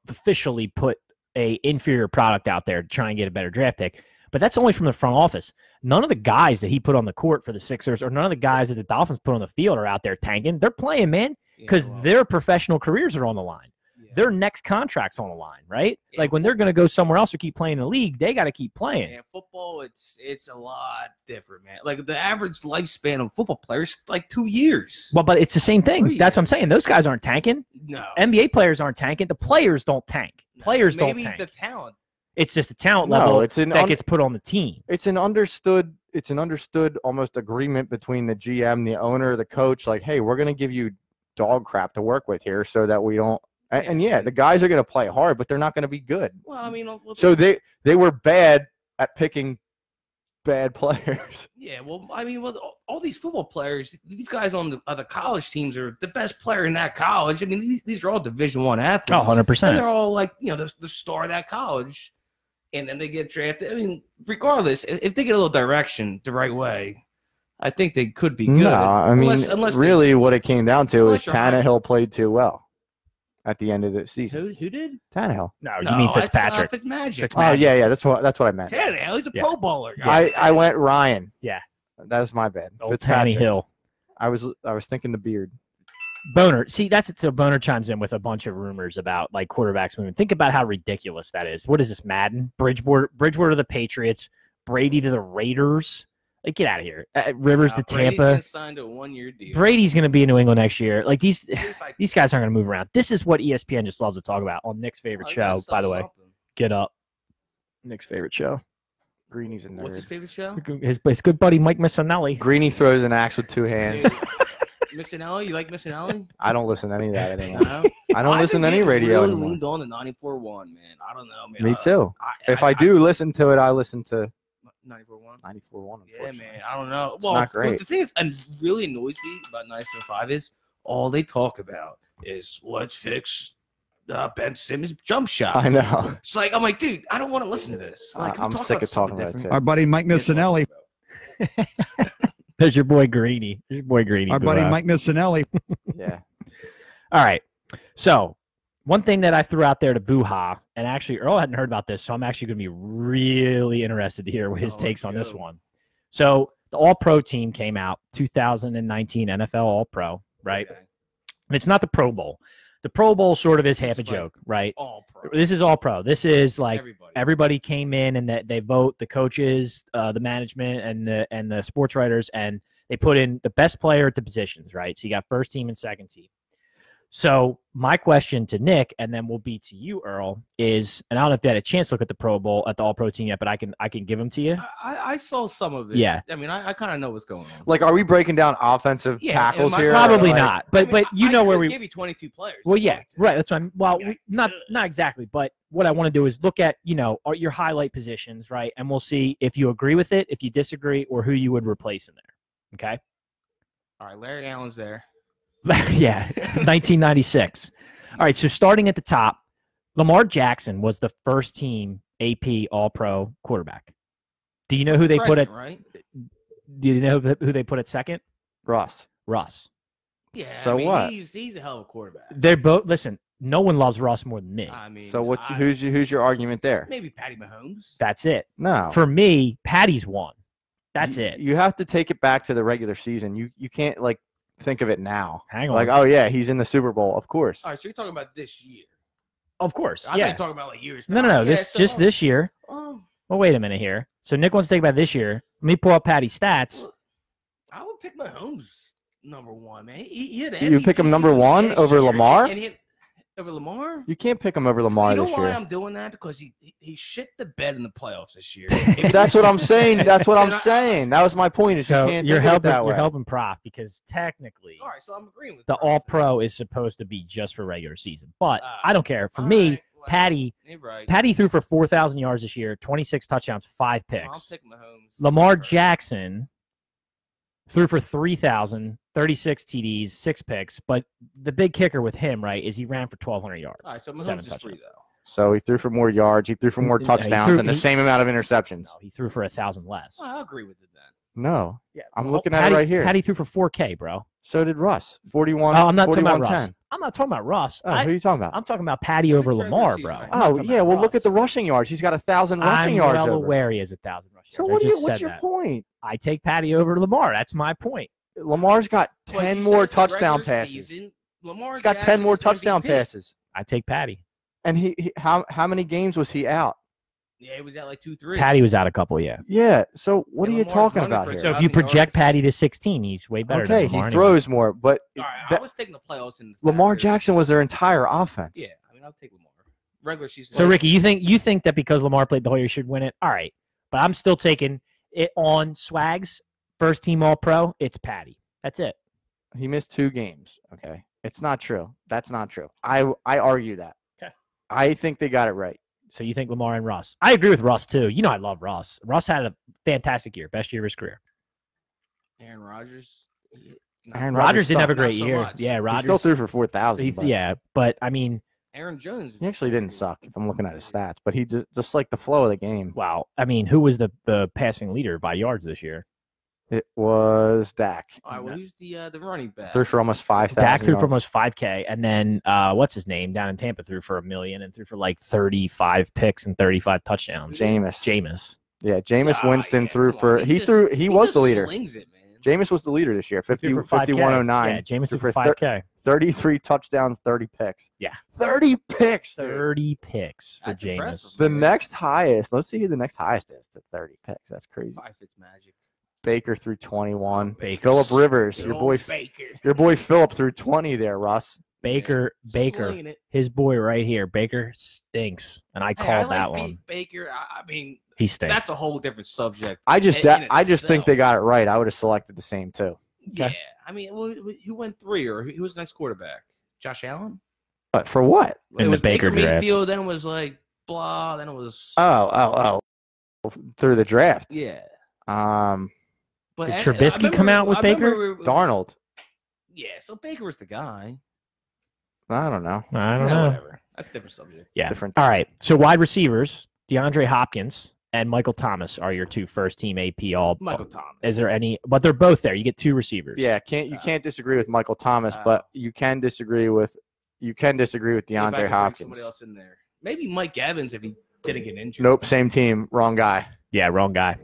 officially put a inferior product out there to try and get a better draft pick. But that's only from the front office. None of the guys that he put on the court for the Sixers or none of the guys that the Dolphins put on the field are out there tanking. They're playing, man,
Yeah,
because
well,
their professional careers are on the line.
yeah. Yeah.
their next contract's on the line, right?
Yeah.
Like when they're going to go somewhere else or keep playing in the league, they got to keep playing.
Man, football, it's it's a lot different, man. Like the average lifespan of football players, is, like two years.
Well, but it's the same thing.
Three
That's what I'm saying. Those guys aren't tanking.
No,
NBA players aren't tanking. The players don't tank.
no.
Players
Maybe
don't tank.
the talent.
it's just the talent
No,
level
it's an
that
un-
gets put on the team.
it's an understood it's an understood almost agreement between the GM, the owner, the coach. Like, hey, we're gonna give you dog crap to work with here, so that we don't. And, and yeah, the guys are gonna play hard, but they're not gonna be good.
Well, I mean, well,
So they they were bad at picking bad players.
yeah. Well, I mean, well, all, all these football players, these guys on the other college teams are the best player in that college. I mean, these, these are all Division One athletes.
Oh, 100
and
percent.
they're all like you know the, the star of that college and then they get drafted i mean regardless i- if they get a little direction the right way i think they could be good
No, I mean,
Unless- unless they-
really, what it came down to is
Unless you're high.
Tannehill played too well at the end of the season.
who, who did
Tannehill.
No, Oh, you mean
that's, uh,
Fitzpatrick?
fitzmagic
Fitz-
Oh
Magic.
yeah, yeah, that's what that's what I meant.
Tannehill, he's a
Yeah.
pro bowler guy.
I I went Ryan.
Yeah.
that's my bad.
Old Tanny
Fitzpatrick.
Hill.
I was I was thinking the beard.
Boner. See, that's so Boner chimes in with a bunch of rumors about like quarterbacks moving. Think about how ridiculous that is. What is this, Madden? Bridgewater, Bridgewater to the Patriots, Brady to the Raiders. Like, get out of here. Uh, Rivers
Uh,
to
Brady's
Tampa.
gonna sign to a one-year deal.
Brady's going to be in New England next year. Like these,
He's like-
these guys aren't going to move around. This is what E ESPN just loves to talk about on Nick's
oh,
favorite
he gotta
show. By
sell
the way,
something.
get up. Nick's favorite show.
Greeny's a nerd.
what's his favorite show?
His, his good buddy Mike Missanelli.
Greeny throws an axe with two hands.
Dude, Missing Ellie, you like Missing Ellie?
I don't listen to any of that anymore.
No.
I don't
I
listen
think
to any
you
radio
really
anymore.
leaned on the 94.1, man. I don't know, man. Uh,
Me
I-
too. If I do listen to it, I listen to
94.1.
94.1.
Yeah,
unfortunately.
man. I don't know.
It's
well,
not
but
great.
the thing that really annoys me about 975 is all they talk about is let's fix uh, Ben Simmons' jump shot.
I know.
It's like I'm like, dude, I don't want to listen to this.
I-
Like, can we
Uh, I'm
talk
sick
about
of talking
something
about it,
different?
too.
Our buddy Mike
Here's what I'm
Missanelli.
talking about.
There's your boy Greeny. There's your boy Greeny.
Our buddy
Boo-bye.
Mike Missanelli.
Yeah.
All right. So one thing that I threw out there to boo-ha, and actually Earl hadn't heard about this, so I'm actually going to be really interested to hear his
Oh, let's
takes on this
go.
one. So the All-Pro team came out, 2019 NFL All-Pro, right?
Okay.
And it's not the Pro Bowl. The Pro Bowl sort of is
This
half a
is like
joke, right?
All pro.
This is All-Pro. This is like
everybody.
everybody came in and that they vote the coaches, uh, the management, and the and the sports writers, and they put in the best player at the positions, right? So you got first team and second team. So my question to Nick, and then will be to you, Earl, is, and I don't know if you had a chance to look at the Pro Bowl at the All Pro team yet, but I can I can give them to you.
I, I- I saw some of it.
Yeah.
I mean, I, I kind of know what's going on.
Like, are we breaking down offensive
Yeah,
tackles
am I-
here?
Probably
Like,
not,
I
but
mean,
but
I-
you
I
know where
could
we
give you 22 players.
Well, yeah, right. That's what I'm. Well,
Yeah.
we, not not exactly, but what I want to do is look at you know are your highlight positions, right? And we'll see if you agree with it, if you disagree, or who you would replace in there.
All right, Larry Allen's there.
Okay. yeah, 1996. All right. So starting at the top, Lamar Jackson was the first team AP All Pro quarterback. Do you know who they put
Present,
at?
right.
Do you know who who they put at second?
Russ.
Russ.
Yeah.
So
I mean,
what?
He's, he's a hell of a quarterback.
They're both. Listen, no one loves Russ more than me.
I mean,
So what's
I-
who's your, who's your argument there?
Maybe Patty Mahomes.
That's it.
No.
For me, Patty's one. That's
You-
it.
You have to take it back to the regular season. You you can't like think of it now.
Hang on.
Like, oh yeah, he's in the Super Bowl, of course.
All right, so you're talking about this year.
Of course.
I thought you
yeah.
were talking about like years.
No, no,
back.
no.
Yeah,
This
so,
just
um,
this year.
Um,
Well, wait a minute here. So Nick wants to think about this year. Let me pull up Patty's stats.
I would pick Mahomes number one, man. He, he had
You pick him number one over Lamar?
And he had, over Lamar.
You can't pick him over Lamar
you know
this
why
year.
I'm doing that? Because he he, he shit the bed in the playoffs this year. If
That's what I'm saying. That's what I'm
Dude, I-
saying. That was my point. Is
So
you can't
you're
think of it
helping.
that way.
You're helping Prof because technically
All right, so I'm agreeing with
the
Brad.
All Pro is supposed to be just for regular season, but
Ah.
I don't care. For
All
me,
right, well,
Patty.
you're right.
Patty threw for four thousand yards this year, twenty six touchdowns, five
I'll
picks.
pick Mahomes.
Lamar
first.
Jackson threw for 3,000, 36 TDs, six picks. But the big kicker with him, right, is he ran for 1,200 yards.
All right, so
seven
Mahomes is free
touchdowns.
though.
So he threw for more yards. He threw for more
Yeah, he
touchdowns
threw-
and the
he-
same amount of interceptions.
No, he threw for a thousand less.
Well, I agree with it then.
No.
Yeah,
I'm
well,
looking at it
Patty-
right here.
Patty threw for 4K, bro.
So did Russ. 41.
Oh, I'm not talking about
41-10.
Russ. I'm not talking about Russ.
Oh,
I,
who are you talking about?
am talking about Patty
I'm
over
sure this
Lamar,
season
bro.
I-
I'm not
oh,
talking
yeah.
about
Well, look at
Russ.
the rushing yards. He's got a thousand rushing
I'm
yards.
well
over.
aware he has a thousand rushing
So
yards. I
what do you,
just
what's
said
your
that.
point?
I take Patty over Lamar. That's my point.
Lamar's got
Well,
10
he
more
says the
touchdown
regular
passes.
season, Lamar
He's got 10
Jackson
more
is gonna be
touchdown
picked.
passes.
I take Patty.
And he, he how how many games was he out?
Yeah, it was at like two three.
Patty was out a couple, yeah.
Yeah. So what
Yeah,
are you
Lamar's
talking
running
about
for
here?
his
So if
Nothing
you project
yards.
Patty to 16, he's way better.
okay,
than Lamar
he
anyway.
throws more, but
All right, I
that-
was taking the playoffs in
Lamar Jackson was their entire offense.
Yeah, I mean, I'll take Lamar. Regular season.
So Ricky, you think you think that because Lamar played the whole year, he should win it? All right, but I'm still taking it on Swags first team All Pro. It's Patty. That's it.
He missed two games. Okay. It's not true. That's not true. I I argue that.
Okay.
I think they got it right.
So you think Lamar and Russ? I agree with Russ too. You know I love Russ. Russ had a fantastic year, best year of his career.
Aaron Rodgers. he- not-
Aaron Rodgers
Rodgers didn't have a
sucked. Not
great
so
year.
much.
Yeah,
He still
Rodgers.
threw for four
he-
thousand.
yeah, but I mean,
Aaron Jones.
He actually didn't suck if I'm looking at his stats, but he just just like the flow of the game.
wow. I mean, who was the the passing leader by yards this year?
It was Dak.
All right, well, who's the uh, the running back?
Threw for almost five thousand.
Dak threw for almost 5K, and then uh, what's his name down in Tampa threw for a million and threw for like 35 picks and 35 touchdowns.
Jameis.
Jameis.
yeah, Jameis
Ah,
Winston
yeah,
threw
come on.
for he,
just-
threw he, was
just
the leader.
Slings it, man.
Jameis was the leader this year, 50,
Threw for 5K.
5109.
Yeah, Jameis
Threw
threw for
for thir-
5K.
33 touchdowns, 30 picks.
Yeah.
30 picks. dude.
30 picks for
That's impressive.
Jameis.
The
dude.
next highest, let's see who the next highest is to 30 picks. That's crazy.
Five Fitz Magic.
Baker through 21.
Baker.
Philip Rivers,
Good
your
old
boy,
Baker.
your boy Philip through 20 there, Russ.
Baker, Baker,
Slinging it.
his boy right here, Baker stinks. And I
Hey,
called
I like
that
Ba-
one.
Baker. I, I mean,
He stinks.
that's a whole different subject.
I just
In-
that,
in
I just think they
itself.
got it right. I would have selected the same too.
Yeah, I mean, who, who- who went three or who who was the next quarterback? Josh Allen.
But for what?
In the
was
Baker draft.
Mayfield. Then it was like blah. Then it was
Oh, oh, oh. Through the draft.
yeah.
Um
But
Did
I- I
Trubisky come
remember-
out with
I remember
Baker?
we were-
Darnold.
Yeah, so Baker was the guy.
I don't know.
I don't
Yeah,
know.
Whatever. That's a different subject.
Yeah.
Different
All right. So wide receivers, DeAndre Hopkins and Michael Thomas are your two first team AP all.
Michael Thomas.
Oh, Is there any? But they're both there. You get two receivers.
Yeah, can't you
Uh,
can't disagree with Michael Thomas,
uh,
but you can disagree with you can disagree with
If I could
DeAndre
bring
Hopkins.
Somebody else in there. Maybe Mike Evans if he didn't get injured.
Nope, same team, wrong guy.
Yeah. Wrong guy.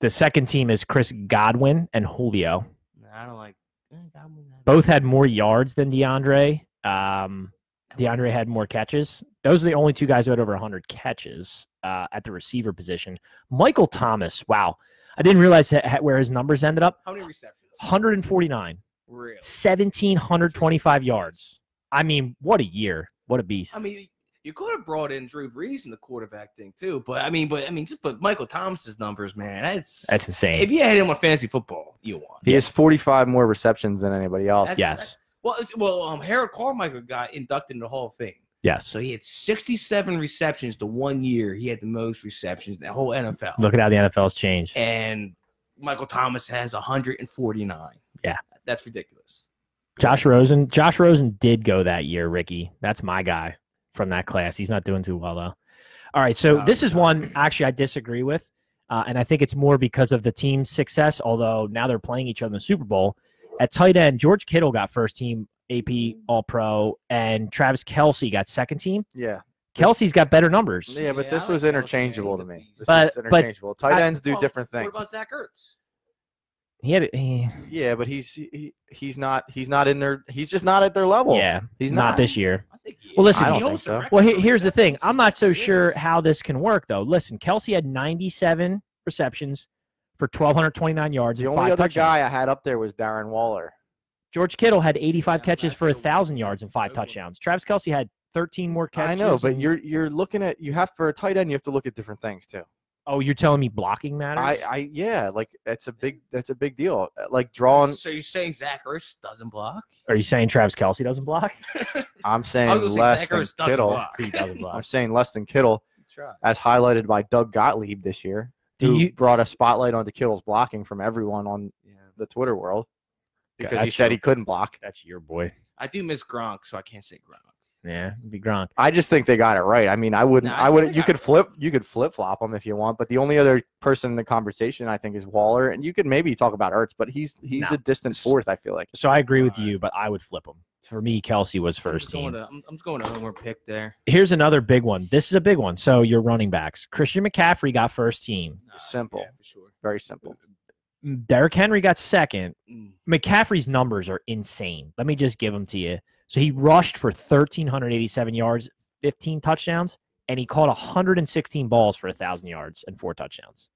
The second team is Chris Godwin and Julio.
Nah, I don't like. eh, Godwin, I don't-
Both had more yards than DeAndre. Um, DeAndre had more catches. Those are the only two guys who had over 100 catches uh, at the receiver position. Michael Thomas. Wow. I didn't realize ha- ha- where his numbers ended up.
How many receptions?
149.
Really?
1,725 yards. I mean, what a year. What a beast.
I mean, you could have brought in Drew Brees in the quarterback thing too, but I mean, but I mean, just put Michael Thomas's numbers, man. That's
That's insane.
if you had him on fantasy football, you won.
He has 45 more receptions than anybody else.
That's-
yes.
Well, it's, well, um, Harold Carmichael got inducted into the Hall of Fame.
Yes.
So he had 67 receptions the one year he had the most receptions in the whole NFL.
Look at how the NFL's changed.
And Michael Thomas has 149.
Yeah.
That's ridiculous.
Josh Rosen. Josh Rosen did go that year, Ricky. That's my guy from that class. He's not doing too well though. All right, so
No,
this is
no.
one actually I disagree with, uh, and I think it's more because of the team's success. Although now they're playing each other in the Super Bowl. At tight end, George Kittle got first team AP All Pro, and Travis Kelsey got second team.
Yeah.
Kelsey's got better numbers.
Yeah, but
Yeah, I like
this was
Kelsey, man.
interchangeable
He's
to
a
me.
beast.
This
But-
is
but-
interchangeable. Tight
I-
ends do
Well,
different things.
What about Zach Ertz?
He had, he,
Yeah, but he's he, he's not he's not in their he's just not at their level.
yeah,
He's
not,
not.
this year.
I think he
Well, listen,
I don't
he holds
think
the
so.
record
Well, he-
for
here's the thing.
receptions.
I'm not so
Yes.
sure how this can work, though. Listen, Kelsey had 97 receptions for 1,229 yards
The
and
only
five
other
touchdowns.
guy I had up there was Darren Waller.
George Kittle had 85
Yeah,
catches
that's
for
a-
1,000 yards and five
that's a-
touchdowns. Travis Kelsey had 13 more catches.
I know, but
and-
you're you're looking at you have for a tight end you have to look at different things too.
Oh, you're telling me blocking matters?
I, I yeah, like that's a big that's a big deal. Uh, Like drawing,
So you're saying Zach Ertz doesn't block?
Are you saying Travis Kelsey doesn't block?
I'm
I
saying
was gonna say
less
Zach
than
Ertz doesn't
Kittle.
block.
He doesn't
I'm
block.
saying less than Kittle,
Try.
as highlighted by Doug Gottlieb this year,
Do
who
you-
brought a spotlight onto Kittle's blocking from everyone on
Yeah.
the Twitter world because he
Gotcha.
said he couldn't block.
That's your boy.
I do miss Gronk, so I can't say Gronk.
Yeah, it'd be Gronk.
I just think they got it right. I mean, I wouldn't.
No, I
I wouldn't.
think
You
I-
could flip. You could flip flop him if you want. But the only other person in the conversation, I think, is Waller, and you could maybe talk about Ertz, but he's he's
No.
a distant fourth. I feel like.
So I agree with
All right.
you, but I would flip him. For me, Kelsey was
I'm
first
just going
team.
to- I'm, I'm just going to homer pick there.
Here's another big one. This is a big one. So your running backs. Christian McCaffrey got first team.
Nah,
Simple.
yeah, for sure.
Very simple.
Derrick Henry got second.
Mm.
McCaffrey's numbers are insane. Let me just give them to you. So he rushed for 1,387 yards, 15 touchdowns, and he caught 116 balls for 1,000 yards and four touchdowns.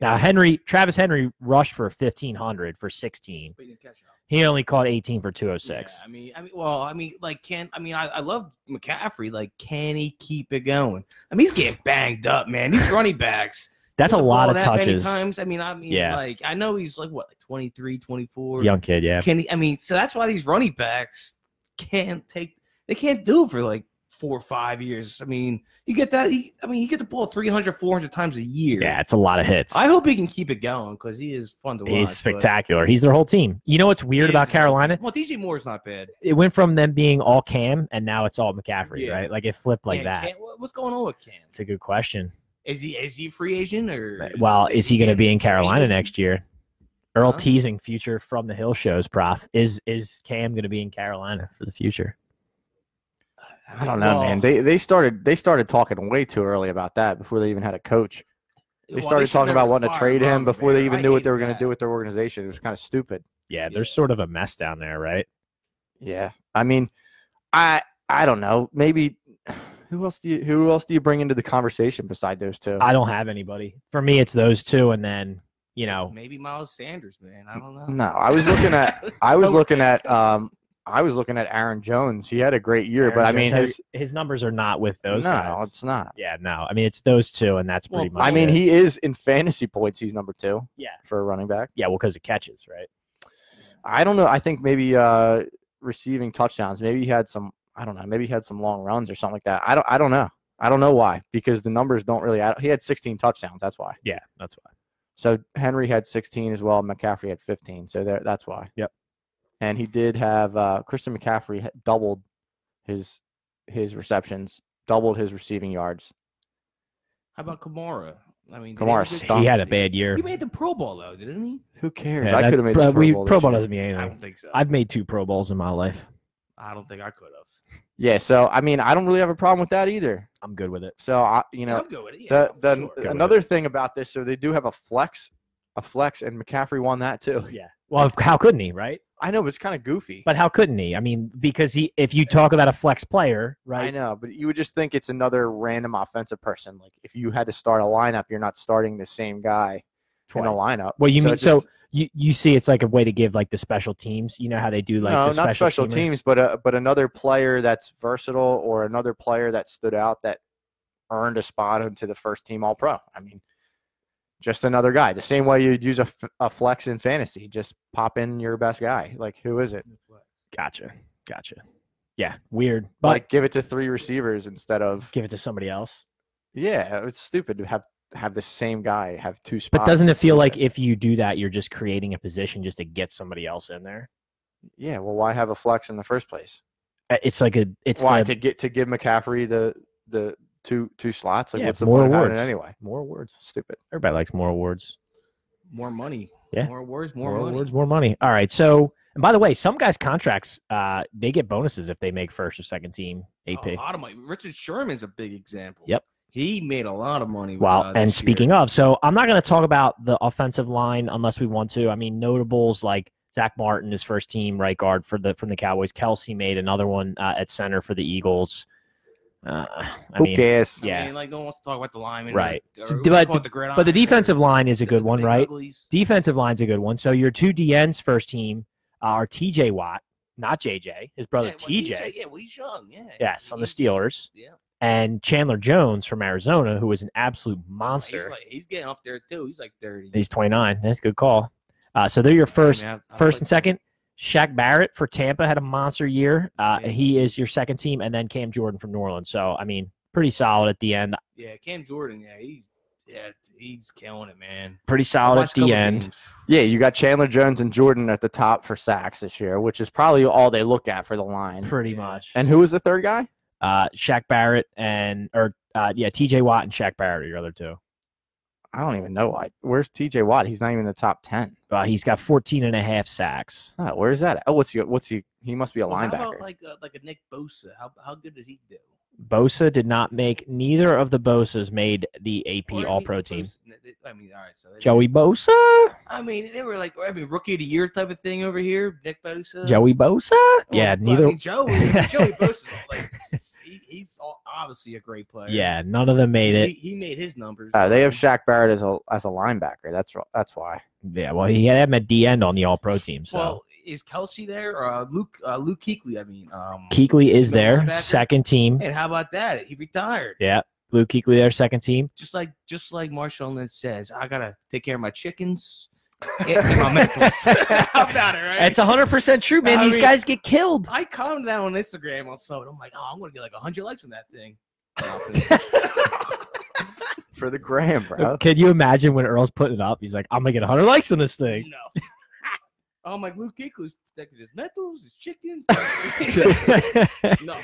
Now, Henry, Travis Henry rushed for 1,500 for 16.
But he didn't catch it all.
He only caught 18 for 206.
Yeah, I mean, I mean, well, I mean, like, can I mean, I, I love McCaffrey. Like, can he keep it going? I mean, he's getting banged up, man. These running backs.
That's a
get the
lot
ball
of
that many
touches.
times. I mean, I mean,
Yeah.
like, I know he's like what, like 23, 24.
Young kid, yeah.
Can he? I mean, so that's why these running backs can't take. They can't do it for like four or five years. I mean, you get that. He, I mean, you get the ball 300, 400 times a year.
Yeah, it's a lot of hits.
I hope he can keep it going because he is fun to watch.
He's
but-
spectacular. He's their whole team. You know what's weird
He
about
is-
Carolina?
Well, DJ Moore's not bad.
It went from them being all Cam and now it's all McCaffrey,
Yeah.
right? Like it flipped like
Yeah,
that.
Cam- what- what's going on with Cam?
It's a good question.
Is he is he a free agent or?
Well, is he going to be in
getting
Carolina
traded?
next year? Earl
Huh?
teasing future from the Hill shows, Prof. Is is Cam going to be in Carolina for the future?
I don't know,
Well,
man. They they started they started talking way too early about that before they even had a coach. They
well,
started
should
talking about
never
wanting to
fire
trade him
Romo,
before they
man.
even
I
knew what
hate
they were going
that.
to do with their organization. It was kind of stupid.
Yeah,
Yeah.
there's sort of a mess down there, right?
Yeah, I mean, I I don't know. Maybe who else do you who else do you bring into the conversation beside those two?
I don't have anybody. For me, it's those two, and then you know,
Maybe Miles Sanders, man. I don't know.
no, I was looking at I was looking at um I was looking at Aaron Jones. He had a great year,
Aaron
but I
Jones,
mean
every-
his
his numbers are not with those
no,
guys.
it's not.
Yeah, no. I mean, it's those two, and that's
Well,
pretty much.
I mean,
it.
he is in fantasy points. He's number two
Yeah,
for a running back.
yeah. Well, because of catches, right?
I don't know. I think maybe uh receiving touchdowns. Maybe he had some. I don't know. Maybe he had some long runs or something like that. I don't. I don't know. I don't know why because the numbers don't really add. He had 16 touchdowns. That's why.
Yeah, that's why.
So Henry had 16 as well. McCaffrey had 15. So there, that's why.
Yep.
And he did have uh, Christian McCaffrey ha- doubled his his receptions, doubled his receiving yards.
How about Kamara? I mean, did
Kamara
he-
stunk.
He had a bad year.
He made the Pro Bowl though, didn't he?
Who cares?
Yeah,
I
that-
could have made
Pro-
the Pro
we-
Bowl this
Pro Bowl
year.
doesn't mean
I
anything.
don't think so. I,
I've made two Pro Bowls in my life.
don't think I could have.
Yeah. So I mean, I don't really have a problem with that either.
I'm good with it.
So I, you know,
I'm good with it. Yeah,
the,
I'm
the
sure.
with
another thing about this, so they do have a flex, a flex, and McCaffrey won that too.
Yeah. Well, how couldn't he, right?
I know, but it's kind of goofy.
But how couldn't he? I mean, because he, if you talk about a flex player,
I
right?
know, but you would just think it's another random offensive person. Like if you had to start a lineup, you're not starting the same guy in a
Twice.
lineup.
Well, you mean
it's
so
just-
you you see, it's like a way to give like the special teams. You know how they do like
no,
the special
not special
teamer?
teams, but a, but another player that's versatile or another player that stood out that earned a spot into the first team All Pro. I mean, just another guy. The same way you'd use a, f- a flex in fantasy, just pop in your best guy. Like who is it?
Gotcha, gotcha. Yeah, weird, but
like give it to three receivers instead of
give it to somebody else.
yeah. It's stupid to have have the same guy have two spots.
But doesn't it
It's
feel like
stupid.
if you do that, you're just creating a position just to get somebody else in there?
Yeah, well, why have a flex in the first place?
Uh, It's like a it's
why
the-
to get to give McCaffrey the the two two slots? Like,
Yeah,
what's the
more
point of having it
awards.
anyway?
more awards.
Stupid.
Everybody likes more awards.
more money.
Yeah.
More words, more, money.
awards, more money. All right. So, and by the way, some guys' contracts uh, they get bonuses if they make first or second team AP.
A lot of money. Richard Sherman's a big example.
Yep.
He made a lot of money. with,
Well,
uh,
and
this year.
speaking of, so I'm not going to talk about the offensive line unless we want to. I mean, notables like Zach Martin, his first team right guard for the from the Cowboys. Kelsey made another one uh, at center for the Eagles. Uh, I
Who
mean,
cares?
I
yeah.
mean, like no one wants to talk about the linemen,
Right.
Or, or
So,
what do you
but
call it,
the-
the gridiron,
but the
or
defensive line is a good
the
one,
big
right?
uglies.
Defensive line's a good one. So your two DNs first team uh, are T.J. Watt, not J.J. His brother
Yeah, well,
T.J.
Yeah, well, he's young. Yeah.
Yes, on the
He's-
Steelers.
Yeah.
and Chandler Jones from Arizona, who is an absolute monster.
Oh, He's, like, he's getting up there too. He's like 30.
He's 29. That's a good call. Uh, so they're your first,
I mean, I- I
first
like
and
that.
second. Shaq Barrett for Tampa had a monster year. Uh,
Yeah.
He is your second team, and then Cam Jordan from New Orleans. So I mean, pretty solid at the end.
Yeah, Cam Jordan. Yeah, he's yeah, he's killing it, man.
Pretty
I
solid
watched
at
a couple
the end.
games.
Yeah, you got Chandler Jones and Jordan at the top for sacks this year, which is probably all they look at for the line.
Pretty
Yeah.
much.
And who was the third guy?
Uh, Shaq Barrett and or uh, yeah, T.J. Watt and Shaq Barrett are your other two.
I don't even know why. Where's T.J. Watt? He's not even in the top ten.
Uh, he's got 14 and a half sacks.
Oh, where's that? At? Oh, what's he? What's he? He must be a
Well,
linebacker.
How about like a, like a Nick Bosa? How how good did he do?
Bosa did not make. Neither of the Bosas made the AP
Or
All
he-
Pro team.
I mean, all right. So they-
Joey Bosa.
I mean, they were like, I mean, rookie of the year type of thing over here. Nick Bosa.
Joey Bosa. Yeah,
Well, I
neither.
mean, Joey. Joey Bosa's all, like, he, he's all, obviously a great player.
Yeah, none of them made
He,
it.
he made his numbers. Um,
Uh, they have Shaq Barrett as a as a linebacker. That's wh- that's why.
Yeah, well, he had him at D end on the All Pro team. So
Well, is Kelsey there? Uh, Luke uh, Luke Kuechly, I mean. Um,
Keekly is
the
there,
linebacker.
second team.
and how about that? He retired.
Yeah, Luke Keekly there, second team.
Just like just like Marshall Lynch says, I gotta take care of my chickens and, and my mentals. how about it, right?
It's hundred percent true, man.
I
These
mean-
guys get killed.
I commented that on Instagram on something. I'm like, oh, I'm gonna get like hundred likes on that thing.
For the gram, bro.
Uh, Can you imagine when Earl's putting it up? He's like, "I'm gonna get hundred likes on this thing."
no. I'm like Luke Kuechly's protected his mentals, his chickens. no,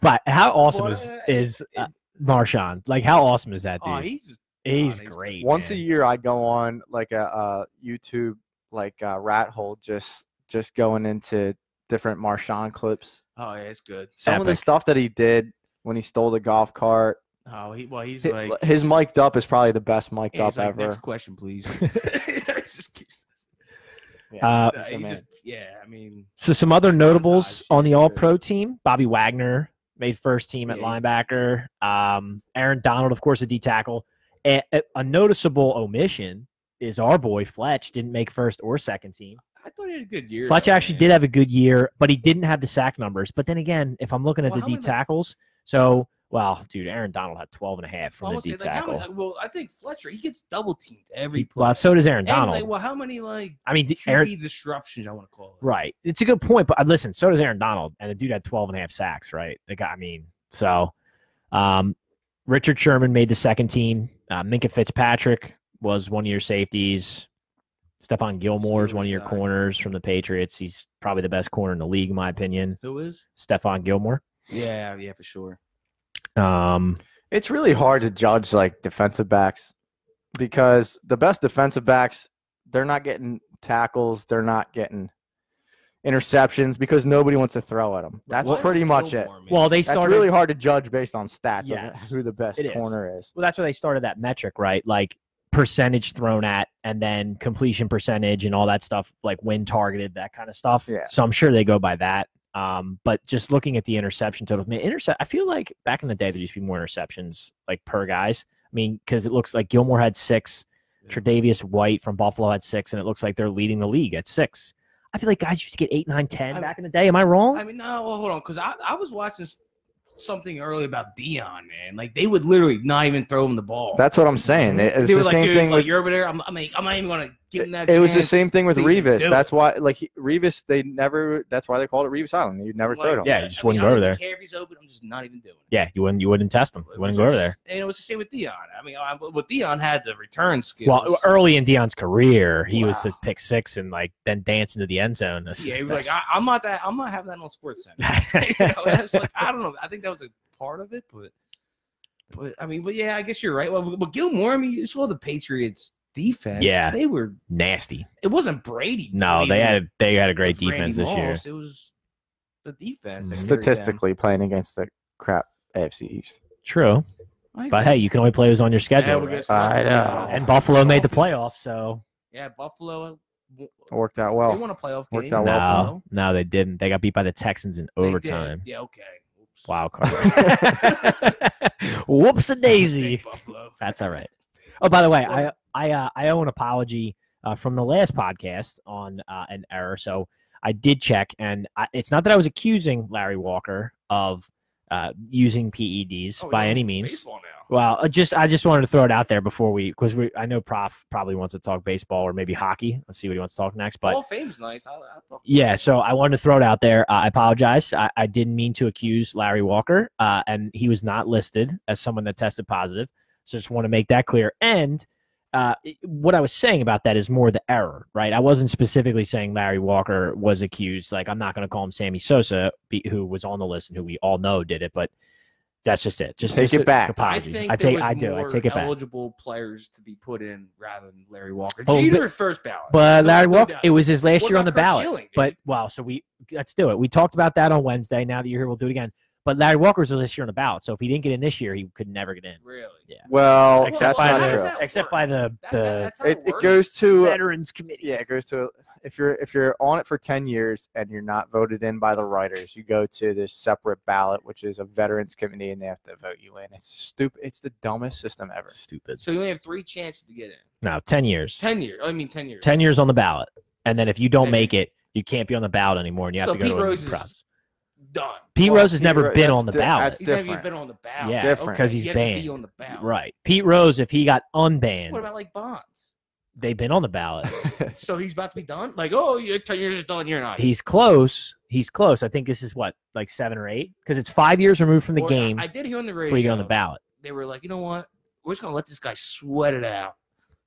but how awesome
Well,
is
uh,
is
it-
uh, Marshawn? Like, how awesome is that dude?
oh, he's just
he's
God, he's-
great.
Once a
man.
year, I go on like a, uh YouTube like uh, rat hole, just just going into different Marshawn clips.
oh yeah, it's good.
Some of the
Epic.
stuff that he did when he stole the golf cart.
Oh, he well, he's
Hi-
like,
His mic'd up is probably the best mic'd
he's
up
like
ever.
next question, please. It's just keeps-
Uh,
Uh,
He's the
he's
man.
just- yeah, I mean,
So some other
Sabotage,
notables on the
yeah,
All
good.
Pro team: Bobby Wagner made first team at
Yeah, he's-
linebacker. Um, Aaron Donald, of course, a D tackle. A, a- a noticeable omission is our boy Fletch didn't make first or second team.
I thought he had a good year.
Fletch
though,
actually
man.
did have a good year, but he didn't have the sack numbers. But then again, if I'm looking at
Well,
the
how
D
many-
tackles, so well, dude, Aaron Donald had 12 and a half
I
from the
was
D
gonna say, like, how
tackle.
many- well, I think Fletcher he gets double teamed every play.
well, so does Aaron
And,
Donald.
like, well, how many like
I mean, the-
QB
Aaron,
disruptions I want to call it?
Right. It's a good point, but uh, listen, so does Aaron Donald, and the dude had 12 and a half sacks, right? Like, I mean, so um, Richard Sherman made the second team. Uh, Minka Fitzpatrick was one of your safeties. Stephon Gilmore is one of
Steelers
your
guy.
corners from the Patriots. He's probably the best corner in the league, in my opinion.
Who is?
Stephon Gilmore.
Yeah, yeah, for sure.
Um,
It's really hard to judge like defensive backs because the best defensive backs they're not getting tackles, they're not getting interceptions because nobody wants to throw at them. That's
Well,
pretty much it.
Gilmore, man.
well, they
That's
started.
really hard to judge based on stats
Yes,
of who the best
it is.
corner is.
well, that's where they started that metric, right? Like percentage thrown at and then completion percentage and all that stuff, like when targeted, that kind of stuff.
Yeah.
So I'm sure they go by that. Um, but just looking at the interception totals, man, intercept. I feel like back in the day there used to be more interceptions like per guys. I mean, because it looks like Gilmore had six,
Yeah.
Tre'Davious White from Buffalo had six, and it looks like they're leading the league at six. I feel like guys used to get eight, nine, ten
I'm-
back in the day. Am I
Oh.
wrong?
I mean, no, well, hold on, because I, I was watching s- something earlier about Dion, man. Like they would literally not even throw him the ball.
That's what I'm saying. It- It's
they were
the
like,
same
dude,
thing
like,
with
you're over there. I'm, I mean, I'm not even gonna give him that.
it was the
chance
same thing with
to even
Revis.
do it.
That's why, like he, Revis, they never. That's why they called it Revis Island. You'd never
Like,
throw it.
Yeah,
I-
you just
I mean, I
wouldn't go
don't
over
even care if he's open. I'm just not even doing it.
yeah, you wouldn't. You wouldn't test them. You wouldn't go over there.
And it was the same with Dion. I mean, I, well, Dion had the return skills.
Well, early in Dion's career, he was
Wow.
his pick six and like then dance into the end zone. That's-
yeah, he was like,
that's-
I, I'm not that. I'm not having that on Sports Center. you know, and it's like "Ah." I don't know. I think that was a part of it, but but I mean, but yeah, I guess you're right. Well, but Gilmore, I mean, you saw the Patriots defense.
Yeah.
they were.
nasty.
It wasn't Brady.
No, they
leading
had a, they had a great
with Randy
defense this year.
Moss. It was the defense. that carried
Mhm.
them.
Mm-hmm. Statistically, playing against the crap AFC East.
True,
I
but
agree.
hey, you can only play who's on your
Yeah,
schedule.
we
right?
guess-
I know.
And Buffalo made the playoffs, so
Yeah, Buffalo. w-
It worked out
They
well.
won a playoff game.
worked out well for
no, no, they didn't. They got beat by the Texans in
They did.
overtime.
Yeah. Okay. Oops.
Wild card. Whoops a daisy.
Thank Buffalo.
That's all right. Oh, by the way, I I uh, I owe an apology uh, from the last podcast on uh, an error. So I did check, and I, it's not that I was accusing Larry Walker of uh, using PEDs
Oh,
by
yeah,
any means.
Baseball now.
Well, uh, just I just wanted to throw it out there before we, because we I know Prof probably wants to talk baseball or maybe hockey. Let's see what he wants to talk next. But
Hall of Fame's nice. I, I thought
yeah, so I wanted to throw it out there. Uh, I apologize. I, I didn't mean to accuse Larry Walker, uh, and he was not listed as someone that tested positive. So just want to make that clear. And uh, it- what I was saying about that is more the error, right? I wasn't specifically saying Larry Walker was accused. Like I'm not going to call him Sammy Sosa, be, who was on the list and who we all know did it, but that's just it. Just
Take
just
it
a-
back.
Apology. I,
think there
take.
was
I do. I
more
take it back.
Eligible players to be put in rather than Larry Walker.
Oh,
Jeter is first ballot.
But
No-
Larry
no
Walker,
doubt.
it was his last
What
year on the
about Curt
ballot.
Schilling, dude?
but wow, so we let's do it. We talked about that on Wednesday. Now that you're here, we'll do it again. But Larry Walker was this year on the ballot, so if he didn't get in this year, he could never get in.
Really?
Yeah.
Well,
Well,
except
that's
by
not
how does
the
true.
that
except
work?
by the
That-
the
that- that's how
It, it
works.
goes to
veterans committee.
uh, yeah, it goes to if you're if you're on it for ten years and you're not voted in by the writers, you go to this separate ballot, which is a veterans committee, and they have to vote you in. It's stupid. It's the dumbest system ever.
Stupid.
So you only have three chances to get in.
No, ten years.
Ten years. I mean, ten years.
10 years on the ballot. And then if you don't
Okay.
make it, you can't be on the ballot anymore and you have
So
to go
Pete
to
Rose
a
is
process.
Done.
Pete
Well,
Rose has
Pete
never
Ro-
been
that's
on the
di-
ballot.
that's-
He's never even
different.
been on the ballot.
Yeah,
Different.
'cause he's
you have to
banned.
Be on the ballot.
Right. Pete Rose, if he got
What
unbanned,
about like Bonds?
they've been on the ballot.
So he's about to be done. Like, oh, you're ten years is done. You're not.
He's close. He's close. I think this is what, like seven or eight? Because it's five years removed from the
Or,
game
I did hear on the radio.
before you get on the ballot.
They were like, you know what? We're just gonna let this guy sweat it out.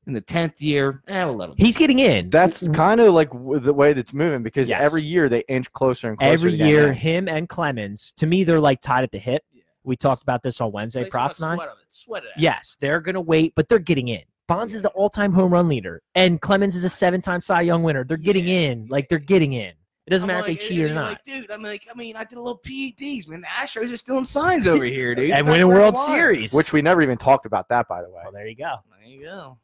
In the tenth year, eh, we'll let him.
He's getting in.
That's kind of like w- the way that's moving because
Yes.
every year they inch closer and closer.
Every
to getting
year,
in.
him and Clemens, to me, they're like tied at the hip.
Yeah.
We talked about this on Wednesday,
They
Prof. Night.
Sweat, it, sweat it out.
Yes, they're going to wait, but they're getting in. Bonds is the all-time home run leader, and Clemens is a seven-time Cy Young winner. They're getting
Yeah.
in, like they're getting in. It doesn't
I'm
matter
like,
if they cheat
and
or
you're
not.
Like, dude, I'm like, I mean, I did a little PEDs, man. The Astros are still in signs over here, dude.
and
That's
winning
where
World
they are.
Series,
which we never even talked about that, by the way.
well, there you go.
There you go.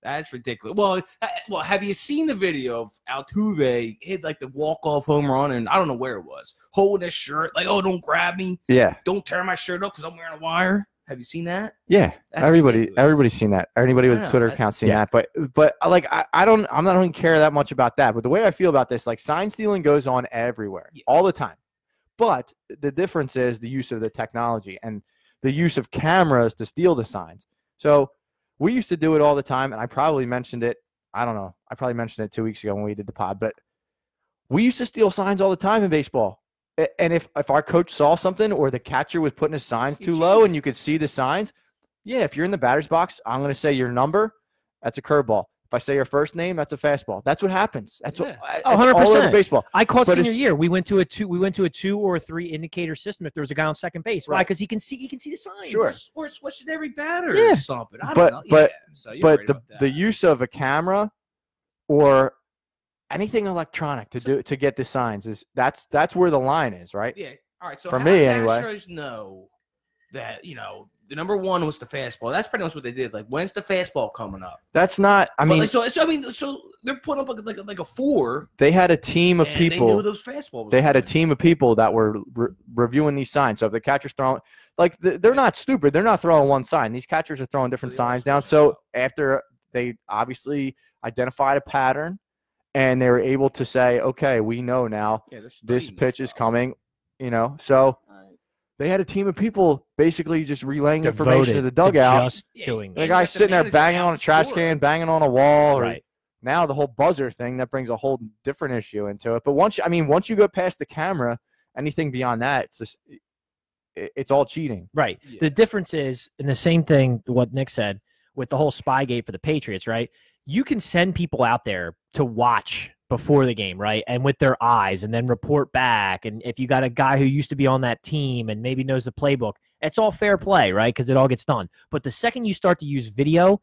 That's ridiculous. Well, I- well, have you seen the video of Altuve hit like the walk off home run, and I don't know where it was, holding his shirt like, "Oh, don't grab me,
Yeah,
don't tear my shirt up because I'm wearing a wire." Have you seen that?
yeah.
That's
everybody,
ridiculous.
everybody's seen that. Everybody with
Yeah,
a Twitter
that-
account seen
Yeah.
that. But, but uh, like, I, I don't, I'm not I don't care that much about that. But the way I feel about this, like, sign stealing goes on everywhere,
Yeah.
all the time. But the difference is the use of the technology and the use of cameras to steal the signs. So we used to do it all the time, and I probably mentioned it. I don't know. I probably mentioned it two weeks ago when we did the pod, but we used to steal signs all the time in baseball. A- And if, if our coach saw something or the catcher was putting his signs
You
too low
cheated.
and you could see the signs, yeah, if you're in the batter's box, I'm going to say your number. That's a curveball. If I say your first name, that's a fastball. That's what happens. That's
Yeah.
what I-
Oh,
it's all over
100%.
baseball.
I caught
But
senior
it's-
year. We went to a two. We went to a two or a three indicator system. If there was a guy on second base, why?
Right.
Because he can see. He can see the signs.
Sure.
Or switching every batter
Yeah.
or something. I don't
But-
know.
but-
yeah. so you're
But
right
the,
about that.
the use of a camera or anything electronic to do to get the signs is that's that's where the line is, right?
Yeah. All right. So
For
how
me,
did the
anyway.
Astros know that you know the number one was the fastball. That's pretty much what they did. Like, when's the fastball coming up?
That's not I
But,
mean
like, so, so I mean, so they're putting up like like, like a four,
they had a team of
and they
people
knew those fastball. Was
they had a
coming.
team of people that were re- reviewing these signs. So if the catcher's throwing, like th- they're not stupid, they're not throwing one sign. These catchers are throwing different
they all
signs down.
switch it
So
up.
after they obviously identified a pattern, and they were able to say, okay, we know now
Yeah, they're
this
studying
pitch is
stuff.
coming. You know, so
Alright.
they had a team of people basically just relaying information to the
Devoted
dugout.
just
Yeah,
doing
and the
you
that.
got
guy
the
sitting there
manager
banging
out
on a trash
scoring.
can, banging on a wall, or
right.
now the whole buzzer thing that brings a whole different issue into it. But once you- I mean, once you go past the camera, anything beyond that, it's just it, it's all cheating.
Right.
Yeah.
The difference is, and the same thing what Nick said with the whole Spygate for the Patriots, right? You can send people out there to watch before the game, right? And with their eyes and then report back. And if you got a guy who used to be on that team and maybe knows the playbook, it's all fair play, right? Because it all gets done. But the second you start to use video,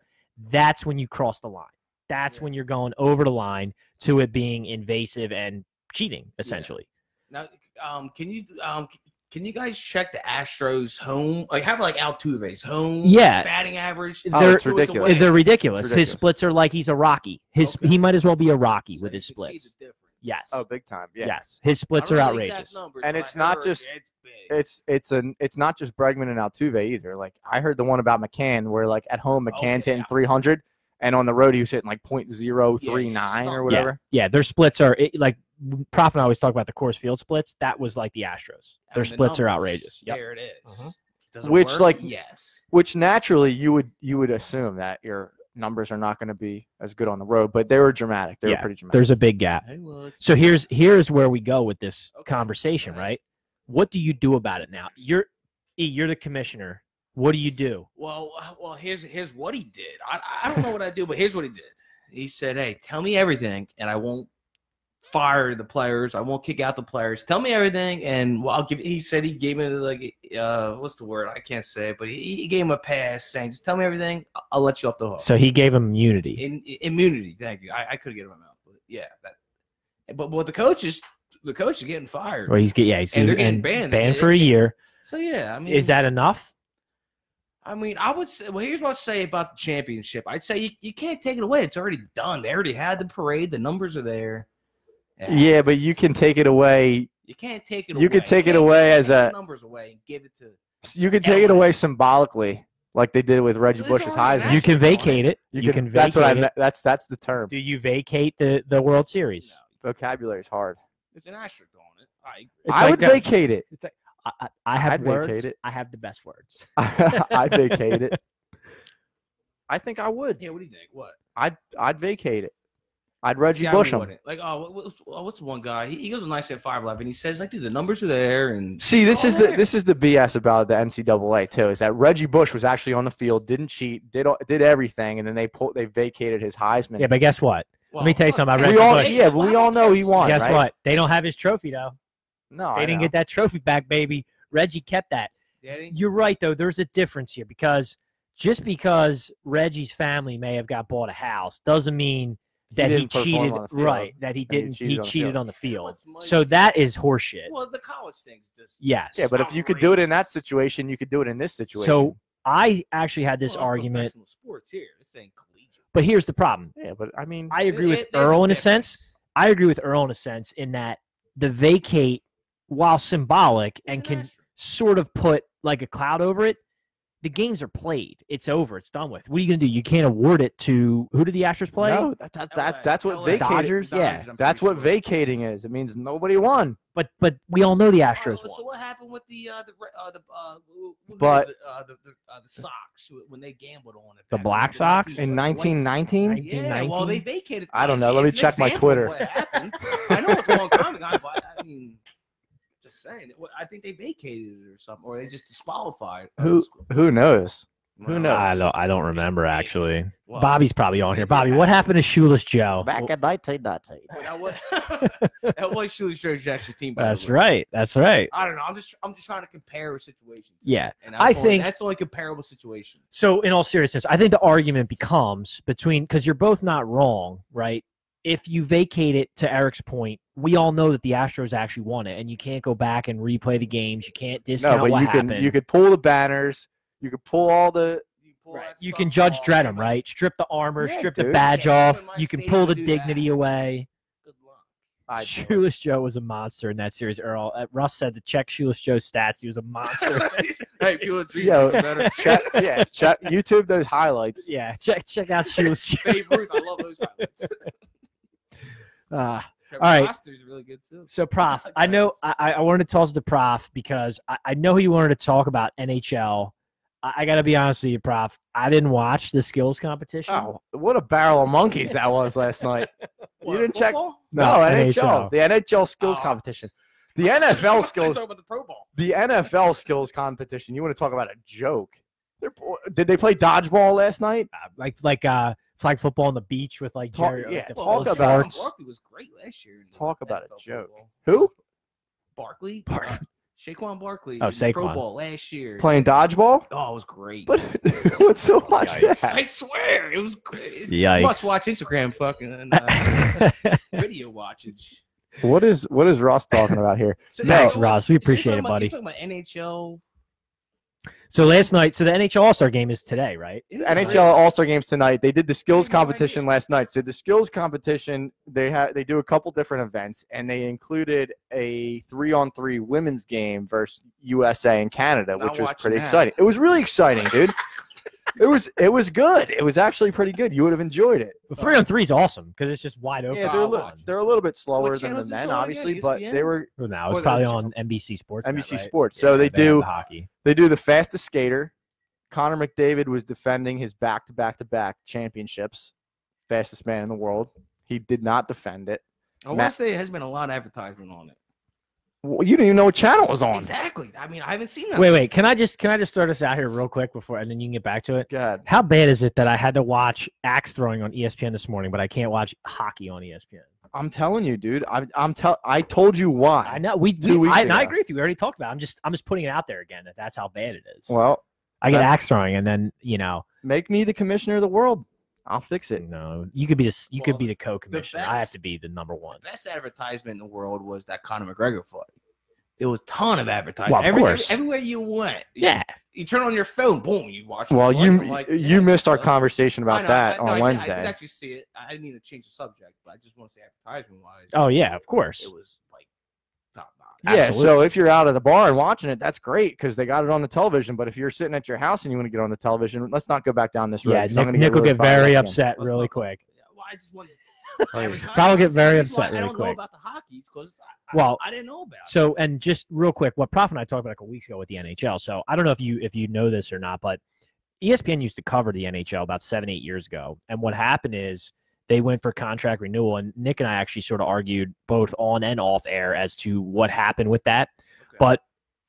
that's when you cross the line. That's
Yeah.
when you're going over the line to it being invasive and cheating, essentially.
Now, um, can you um, can you guys check the Astros home? Like, have like Altuve's home?
Yeah.
batting average.
Oh, They're- it's
Who is
ridiculous.
away?
They're ridiculous. His
ridiculous.
splits are like he's a Rocky. His
Okay.
he might as well be a Rocky
So
with
you
his
can see the
splits.
difference.
Yes.
Oh, big time. Yeah.
Yes. His
I
splits
don't
are
know the exact
outrageous.
numbers,
And
but
it's
I
not
heard
just-
it's big.
It's it's an it's not just Bregman and Altuve either. Like I heard the one about McCann where like at home McCann's
yeah,
hitting
yeah.
300 and on the road he was hitting like 0.039
Yeah,
or
he's
whatever.
Yeah, their splits are it, like Prof and I always talk about the course field splits. That was like the Astros.
I mean,
Their
the
splits are
numbers,
outrageous. Yep.
There it is.
Mhm.
Does it
Which,
work?
like-
yes.
Which naturally you would you would assume that your numbers are not going to be as good on the road, but they were dramatic. They
Yeah,
were pretty dramatic.
There's a big gap.
Hey, well, it's-
So here's here's where we go with this
Okay,
conversation,
right.
right? What do you do about it now? You're E, you're the commissioner. What do you do?
Well, uh, well, here's here's what he did. I I don't know what I do, but here's what he did. He said, "Hey, tell me everything, and I won't fire the players. I won't kick out the players. Tell me everything, and well, I'll give." He said he gave me like uh, what's the word? I can't say, it, but he, he gave him a pass, saying, "Just tell me everything. I'll, I'll let you off the hook."
So he gave him immunity.
In, immunity. Thank you. I, I could get it in my mouth, but yeah, that. But what the coaches the coach is getting fired.
Well, he's get yeah, he's
And they're
he's-
getting banned.
banned
It-
for a
it-
year.
So yeah, I mean,
Is that enough?
I mean, I would say. Well, here's what I say about the championship. I'd say you, you can't take it away. It's already done. They already had the parade. The numbers are there.
Yeah, but you can take it away.
You can't take it.
You could
could
take it away as a-
numbers away and give it to.
You can take it away symbolically, like they did with Reggie
It's
Bush's
already
Heisman.
You can
Nationals on
vacate it. You, can, vacate
That's what I
it.
meant. That's that's the term.
Do you vacate the, the World
No,
Series?
Vocabulary is hard.
it's an asterisk on it. I agree.
It's
I
like uh,
would
that-
vacate it.
I, I, I have
I'd
words.
vacate it.
I have the best words.
I'd vacate it. I think I would.
Yeah, what do you think? What?
I'd I'd vacate it. I'd Reggie
See, I
Bush
really
him.
wouldn't. Like, oh, what, what's, oh, what's one guy? He, he goes on nice at five eleven. He says, like, dude, the numbers are there, and
See, this
Oh,
is the
there.
this is the BS about the NCAA too. Is that Reggie Bush was actually on the field, didn't cheat, did all- did everything, and then they pulled they vacated his Heisman.
Yeah, but guess what?
Well,
me tell you
plus-
something about
and
Reggie
we all-
Bush.
hey,
Yeah, but we
what
all
happened
know
to
he
us?
won.
guess
right?
what? They don't have his trophy though. they
no, I
didn't
know.
get that trophy back, baby. Reggie kept that.
Did he?
You're right though. There's a difference here because just because Reggie's family may have got bought a house doesn't mean
He
that he,
didn't perform
cheated.
on the field.
Right, that he
he
didn't.
cheated
He
on the
cheated
field.
on the field.
What's money?
So that is horseshit.
Well, the college thing's just
Yes.
Yeah, but if you could do it in that situation, you could do it in this situation.
So I actually had this
Well, it's
argument,
professional Sports here, this ain't collegiate.
but here's the problem.
yeah, but I mean,
I agree
It-
with
it- there's
Earl in a
difference.
sense. I agree with Earl in a sense in that the vacate, while symbolic
It's
and
an
can
asterisk.
sort of put like a cloud over it, the games are played. It's over. It's done with. What are you going to do? You can't award it to who did the Astros play?
no, that, that,
LA,
that, that's what
LA.
vacated.
Dodgers? Yeah.
I'm pretty
That's what
sure.
vacating is. It means nobody won.
But but we all know the
All right,
Astros
well, Oh, So
won.
what happened with the uh, the re- uh, the uh, who- who was
But-
the, uh, the, the, uh, the Sox who- when they gambled on it?
The
back in
Black
the
Sox?
1920s?
In
Right.
1919,
Yeah, well, they
1919?
vacated.
I don't know.
Hey,
Let me
it's an
check my
example of
Twitter.
what happened. I know it's a long time ago, but I mean, just saying. Well, I think they vacated it or something, or they just disqualified. uh,
Who-
disqu-
who knows?
Well,
knows? I
don't. I don't remember
actually. well,
Bobby's probably on here. Bobby, what happened to Shoeless Joe?
in 1919.
well, That was that was Shirley Sturgis Jackson's team. By the
That's
way.
right. That's right.
I don't know. I'm just I'm just trying to compare situations.
Yeah.
And
I
I'm going-
think-
that's the only comparable situation.
So, in all seriousness, I think the argument becomes between because you're both not wrong, right? If you vacate it to Eric's point, we all know that the Astros actually won it, and you can't go back and replay the games. You can't discount
No, but
what
you
happened.
can you could pull the banners. You could pull all the.
You, pull
Right.
that
You
stuff
can judge
off,
Dredham,
and-
right? Strip the armor,
Yeah,
strip the
dude.
badge
Yeah,
off.
even my
You can
state
pull
will
the
do
dignity
that.
away.
Good luck.
I,
Shoeless Joe was a monster in that series, Earl. Uh, Russ said to check Shoeless Joe's stats. He was a monster.
hey, if you want to
Yo.
better.
check, yeah, check YouTube those highlights.
yeah, check check out Shoeless Joe.
Babe Ruth, I love those highlights.
Uh,
Trevor
All right.
Foster's really good too.
So, Prof, I
Okay.
know I, I- I wanted to toss it to Prof because I, I know he wanted to talk about NHL. I, I got to be honest with you, Prof. I didn't watch the skills competition.
Oh, what a barrel of monkeys that was last night.
What,
didn't check-
football?
No,
No, NHL,
NHL.
the NHL skills
Oh.
competition, the NFL
Talking
skills,
about the Pro Bowl.
the NFL skills competition. You want to talk about a joke? They're- Did they play dodgeball last night?
Uh, like like uh, flag football on the beach with like
Talk-
Jerry, like,
yeah,
the
talk
Phil
about-
Schwartz.
Barkley was great last year. in the
Talk about a
NFL
joke.
Pro Bowl.
Who
Barkley,
Bar-
uh, Saquon Barkley.
Oh,
in the
Saquon.
Pro Bowl last year.
playing dodgeball?
Oh, it was great.
But what's so watch
Yikes.
that?
I swear, it was great.
Yikes.
Must watch Instagram fucking uh, video watchage.
What is what is Ross talking about here?
So,
No.
Thanks,
so-
Ross. We
so you're
appreciate
talking
it,
about-
buddy.
You're talking about NHL.
so last night, so the NHL All Star game is today, right?
NHL All Star Games tonight. They did the skills
I had no
competition last night. So the skills competition, they had they do a couple different events, and they included a three on three women's game versus USA and Canada,
Not
which was
watching
pretty
that.
exciting. It was really exciting, dude. it was it was good. It was actually pretty good. You would have enjoyed it.
But three on three is awesome because it's just wide open.
Oh. Yeah,
I'll
they're a
Oh,
little,
watch.
they're a little bit slower
What
than
channel
the
is E this
men,
on again?
obviously, but they
ESPN?
were
well, no, it's
Or the-
probably on NBC Sports.
NBC
right?
Sports. So
Yeah,
they
they have
do-
the hockey.
they do the fastest skater. Connor McDavid was defending his back to back to back championships, fastest man in the world. He did not defend it.
I want to say there has been a lot of advertisement on it.
Well, you didn't even know what channel it was on.
Exactly. I mean, I haven't seen that.
Wait, wait. Can I just can I just throw this out here real quick before, and then you can get back to it?
God.
How bad is it that I had to watch axe throwing on E ESPN this morning, but I can't watch hockey on E ESPN?
I'm telling you, dude. I'm, I'm tell. I told you why.
I know we
Two
do.
weeks
I, and I
ago.
agree with you. We already talked about. It. I'm just I'm just putting it out there again that that's how bad it is.
Well,
I get
that's-
axe throwing, and then you know
make me the commissioner of the world. I'll fix it.
No, you could be this. You could
Well,
be the co-commissioner. I have
best-
to be the number one.
Best advertisement in the world was that Conor McGregor fight. There was a ton of advertising.
Well, of
Every-
course.
everywhere you went. you-
Yeah,
You, turn on your phone, boom, you watch. the
Well,
fight.
you
I'm like,
you missed our
uh,
conversation
I
about
know,
that
I-
on
no, I did-
Wednesday.
I did actually see it. I didn't mean to change the subject, but I just want to say advertisement wise.
Oh, yeah, of course.
It was like top notch.
yeah, so
Absolutely.
if you're out of the bar and watching it, that's great because they got it on the television. But if you're sitting at your house and you want to get on the television, let's not go back down this road.
yeah.
'cause I'm
Nick,
gonna
Nick will
really
get
fired up
very
again.
upset
Let's
really
not-
quick.
Yeah, Well, I just want.
Probably get very
That's why
upset
I
really
don't know
quick.
about the hockey because I,
Oh.
Well,
I didn't know about. it.
So, and just real quick, what Prof and I talked about a couple weeks ago with the NHL. So, I don't know if you if you know this or not, but E ESPN used to cover the NHL about seven eight years ago, and what happened is they went for contract renewal, and Nick and I actually sort of argued both on and off air as to what happened with that.
Okay.
But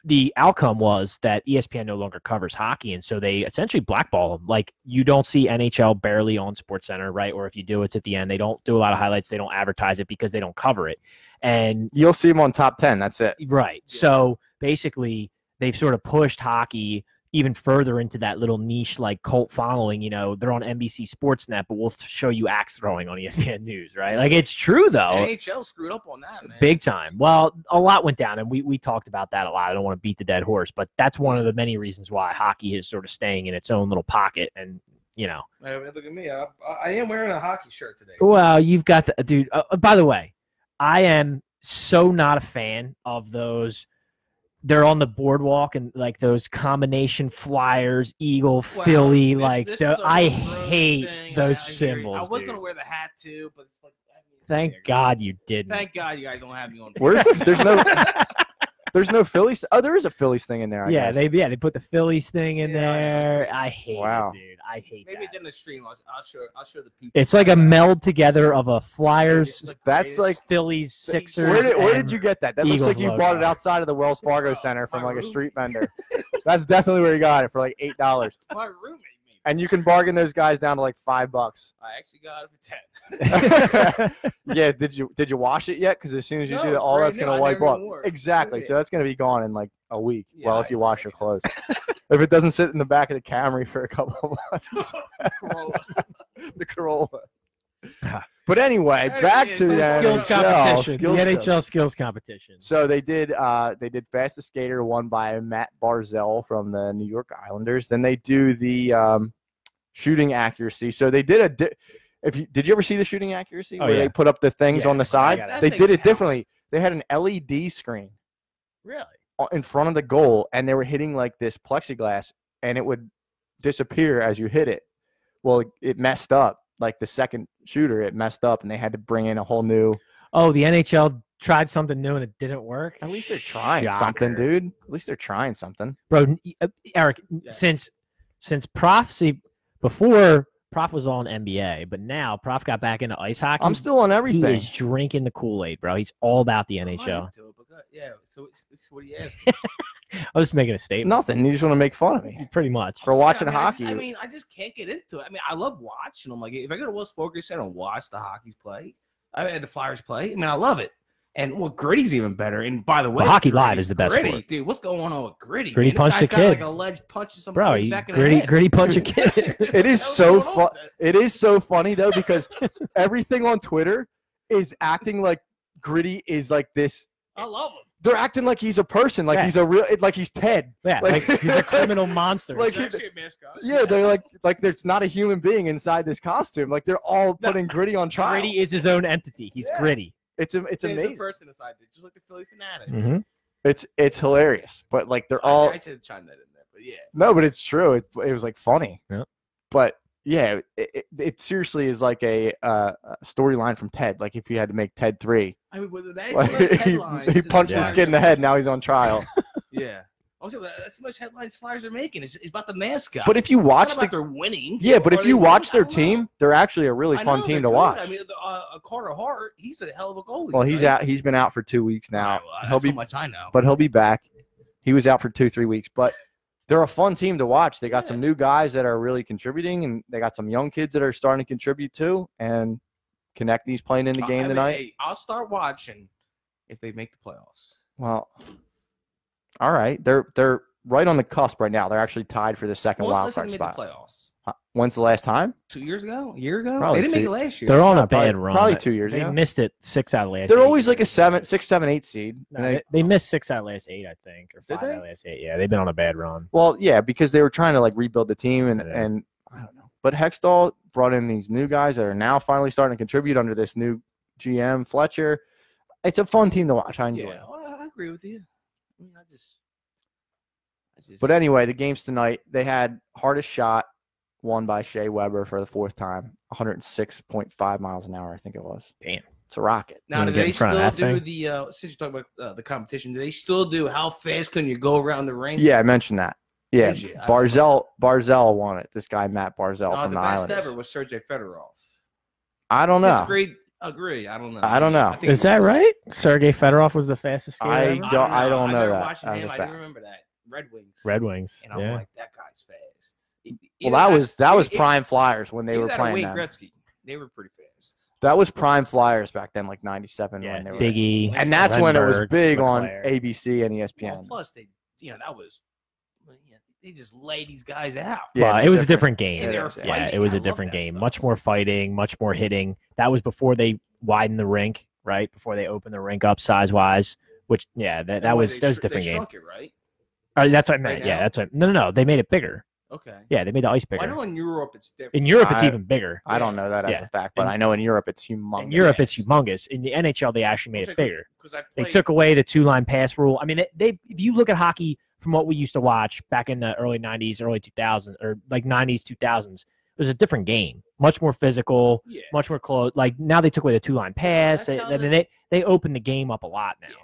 the outcome was that E ESPN no longer covers hockey, and so they essentially blackball them. Like you don't see NHL barely on Sports Center, right? Or if you do, it's at the end. They don't do a lot of highlights. They don't advertise it because they don't cover it, and
You'll see him on top ten. That's it.
Right.
Yeah.
So basically, they've sort of pushed hockey even further into that little niche like cult following. You know, they're on NBC Sportsnet, but we'll th- show you axe throwing on E ESPN News, right? Like it's true though,
NHL screwed up on that, man.
big time. Well, a lot went down, and we we talked about that a lot. I don't want to beat the dead horse, but that's one of the many reasons why hockey is sort of staying in its own little pocket and. You know,
Hey, man, look at me. I, I- I am wearing a hockey shirt today.
well, you've got the dude. Uh, uh, by the way, I am so not a fan of those. They're on the boardwalk and like those combination flyers, Eagle,
Well,
Philly.
this-
like
this
the-
was a
I
road
hate
thing. I-
those
I hear you.
symbols.
I was
dude.
gonna wear the hat too, but it's like. I mean,
Thank
there you go.
God you didn't.
Thank God you guys don't have me on.
Where's the, there's no there's no Phillies. Oh, there is a Phillies thing in there. I
yeah,
guess.
they yeah they put the Phillies thing in
Yeah, I know.
there. I hate
Wow.
it, dude. I hate
Maybe
that.
in the stream, I'll, I'll show. I'll show the people. uh,
It's like a meld together of a Flyers,
It's like the
That's
greatest-
like-
Phillies, Sixers.
Where did, where did
and-
you get that? That
Eagles
looks like you
logo.
bought it outside of the Wells Fargo
Oh,
Center from
my
like a
room.
street vendor. That's definitely where you got it for like eight dollars,
my roommate. Made
and you
this
can
shirt.
bargain those guys down to like five bucks.
I actually got it for ten.
yeah, did you did you wash it yet? Because as soon as you
No,
do that,
it's
all
brand
that's
new.
gonna
I
wipe
never
up.
even wore it.
Exactly. So
Yeah.
that's gonna be gone in like a week.
Yeah,
well, if you wash your
exactly.
clothes, if it doesn't sit in the back of the Camry for a couple of months,
Corolla.
the Corolla. But anyway, back
Anyways,
to the
some
skills
NHL,
competition?
skills
the
stuff.
NHL skills competition.
So they did. Uh, they did fastest skater won by Matt Barzell from the New York Islanders. Then they do the um, shooting accuracy. So they did a. Di- if you, did you ever see the shooting accuracy
Oh,
where
yeah.
they put up the things
Yeah,
on the
I got
side?
it.
That
They
thing's
did it
out.
differently. They had an LED screen
Really?
o- in front of the goal, and they were hitting like this plexiglass, and it would disappear as you hit it. Well, it- it messed up. Like the second shooter, it messed up, and they had to bring in a whole new.
Oh, the NHL tried something new and it didn't work.
At least they're trying
Shocker.
something, dude. At least they're trying something.
bro. n- y- uh, Eric, n-
Yes.
since since Prof see before Prof was on NBA, but now Prof got back into ice hockey.
I'm still on
he
everything.
is drinking the Kool Aid, bro. He's all about the NHL.
Money to it, but God- Yeah. So it's, it's what do you ask?
I was just making a statement,
Nothing. You just want to make fun of me.
pretty much.
For watching
I mean, I just-
hockey.
I, mean, I just can't get into it. I mean, I love watching them. Like, if I go to Wells Fargo Center and watch the hockey's play, I mean, the Flyers play, I mean, I love it. And well, gritty's even better. And by the way,
Well, Hockey Live
Gritty-
is the best
Gritty,
sport.
dude. What's going on with gritty?
Gritty
man? This
punched
guy's
the
got, Like
kid.
a ledge punches some
Bro,
kid
he,
back in
gritty,
the head.
gritty punch a
Dude.
kid.
It is
That was
so
going on with
fu-
that.
It is so funny though because everything on Twitter is acting like gritty is like this.
I love him.
They're acting like he's a person, like
Yeah.
he's a real, it- like he's Ted.
yeah, like,
Like-
he's a criminal monster.
Like,
He's actually a mascot.
Yeah, they're like like there's not a human being inside this costume. Like they're all putting gritty on trial.
gritty is his own entity. He's
Yeah.
gritty.
It's am- it's
There's a
amazing.
person inside there, just like the Philly fanatic.
Mm-hmm.
Mm-hmm. It's it's hilarious. But like they're all
I, I should chime that in there, but yeah.
No, but it's true. It, it was like funny.
Yeah.
But yeah, it, it, it seriously is like a uh, a storyline from Ted. Like if you had to make Ted three,
I mean, with the
like, he,
headlines.
he
to the
punched his
Flyers
kid in the
are
head. Now he's on trial.
Yeah. Also, that- that's how much headlines Flyers are making. It's, it's about the mascot.
but if you
watch
watch
about
the
they're winning.
yeah, but
Are
if
they
you
winning?
watch
I
their
don't know.
team, they're actually a really
I
fun
know,
team
they're
to
good.
watch.
I mean, the, uh, uh, Carter Hart, he's a hell of a goalie.
well, he's
right?
out. He's been out for two weeks now.
Alright, well, that's
he'll
how
be,
much I know.
but he'll be back. He was out for two three weeks, but. They're a fun team to watch. They got
Yeah.
some new guys that are really contributing, and they got some young kids that are starting to contribute too. And Konechny's playing in the
I-
game
I mean,
tonight.
hey, I'll start watching if they make the playoffs.
Well, all right. They're they're right on the cusp right now. They're actually tied for the second
Well,
wild
let's listen
card
to make the
spot.
playoffs.
Huh? When's the last time?
two years ago, a year ago.
Probably
they didn't make
two-
it last year.
They're on a
Probably-
bad run.
Probably two years
They
ago.
missed it six out of last.
They're
eight.
always like a seven, six, seven, eight seed.
No,
And they-
they, they missed six out of last eight, I think, or
Did
five out of last eight. Yeah, they've been on a bad run.
well, yeah, because they were trying to like rebuild the team and
Yeah.
and I don't know. But Hextall brought in these new guys that are now finally starting to contribute under this new GM Fletcher. It's a fun team to watch. I enjoy.
Yeah,
it.
well, I agree with you. I mean, I just, I just
But anyway, the games tonight, they had hardest shot won by Shea Weber for the fourth time, 106.5 miles an hour, I think it was.
Damn.
It's a rocket.
Now,
Wanna
do
get
they
in front of
still
that
do
thing?
the uh, since you're talking about uh, the competition? Do they still do how fast can you go around the ring?
Yeah, I mentioned that. Yeah.
Did you? I-
Barzell Barzell won it. This guy Matt Barzell
No,
from
Uh, the
the,
best ever
Islanders.
was Sergei Fedorov.
I don't know.
Disagree? Agree? I don't know.
I don't know.
think
Is that right? Sergey Fedorov was the fastest skater.
I
ever?
don't- I don't know
remember
that
watching
as
him,
a
I do
fact.
remember that Red Wings.
Red Wings.
And I'm
yeah.
like, that guy's fast. E-
Well,
either
that was that was
e- e-
prime Flyers when they
either
were
that or
playing
Wayne
them.
Gretzky. They were pretty fast.
That was prime Flyers back then, like '97
yeah,
when they were.
Biggie.
And that's when it was
Lindbergh,
big
Leclaire.
on ABC and E
Well,
ESPN.
plus, they you know that was well, yeah, they just lay these guys out.
Yeah,
Well,
it's
it was a different
different.
game.
And they were
Yeah, it
fighting.
was
I
a
love
different
that
game.
stuff.
Much more fighting, much more hitting. That was before they widened the rink, right? Before they opened the rink up size wise. Which yeah, that, that
Well,
was
they
that was a
shr-
different
they
game.
Shrunk it, right?
Uh, that's what I
right
meant. yeah,
now?
that's what, no, no, no. They made it bigger.
Okay.
Yeah, they made the ice
Well, I
bigger.
know in Europe it's different.
In Europe, it's
I-
even bigger.
I don't know that as
Yeah.
a fact, but
And-
I know in Europe it's humongous.
In Europe, it's humongous. In the NHL, they actually made
It's
it
like-
bigger.
because I
They
played,
took away the two line pass rule. I mean, they, they if you look at hockey from what we used to watch back in the early 90s, early 2000s, or like 90s, 2000s, it was a different game, much more physical,
Yeah.
much more close. Like now they took away the two line pass.
that's
They,
how
I mean,
the-
they, they opened the game up a lot now,
Yeah.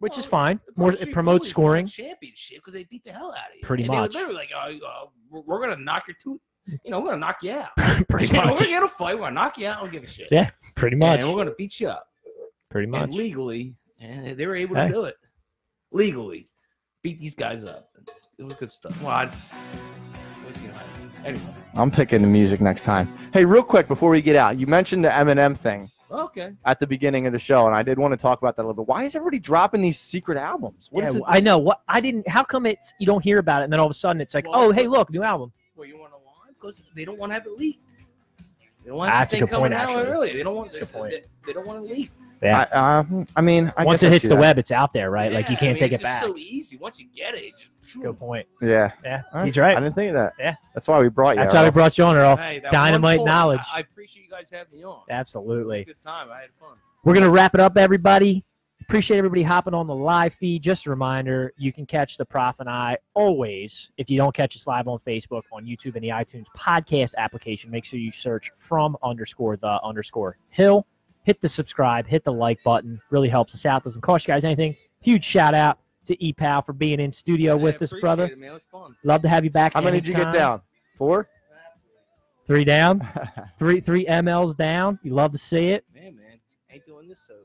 which is
Well,
fine.
Oh, the
More
Bucks
It
should
promotes
lose the
scoring.
championship because they beat the hell out of you.
Pretty
And they
much.
Were literally like, oh, uh, we're, we're gonna knock your tooth. You know, we're gonna knock you out.
pretty
You know, we're
much.
gonna get a fight. We're gonna knock you out. I don't give a shit.
Yeah, Pretty much.
And we're gonna beat you up.
Pretty much.
And legally, and they were able
Hey.
to do it legally. Beat these guys up. It was good stuff. Well, I, we'll see how it happens. Anyway,
I'm picking the music next time. Hey, real quick before we get out, you mentioned the Eminem thing
okay.
at the beginning of the show, and I did want to talk about that a little bit. Why is everybody dropping these secret albums? What
yeah,
is it?
I know. What I didn't. How come it's you don't hear about it, and then all of a sudden it's like,
Well,
oh,
I-
hey, look, new album.
Well, you want to why? Because they don't want to have it leaked. They don't want
Ah, That's a
everything coming
good point,
out
actually.
early. They don't want. They,
That's a good point.
they- they don't want it leaked.
Yeah.
I, um, I mean, I
Once
guess
it
I
hits
see
the
that.
web, it's out there, right? like
Yeah,
you
I
can't
mean,
take
it's
it back.
It's so easy once you get it. It's just,
Good point.
Yeah,
Yeah,
All right.
he's
I
right.
didn't uh, think of that.
Yeah.
that's why we brought you.
That's how we
Earl.
brought you on, Earl.
Hey, that
Dynamite
one call,
knowledge.
I, I appreciate you guys having me on. It was a
Absolutely.
good time. I had fun.
We're gonna wrap it up, everybody. Appreciate everybody hopping on the live feed. Just a reminder, you can catch the Prof and I always. If you don't catch us live on Facebook, on YouTube, and the iTunes podcast application, make sure you search from underscore the underscore hill. Hit the subscribe, hit the like button. Really helps us out. Doesn't cost you guys anything. Huge shout out to EPAL for being in studio
Hey,
with
I
us, brother.
appreciate It, man. It was fun.
Love to have you back.
How many did you get
anytime.
down? Four.
Three down. three three mls down. You love to see it.
Man, man, ain't doing this sober.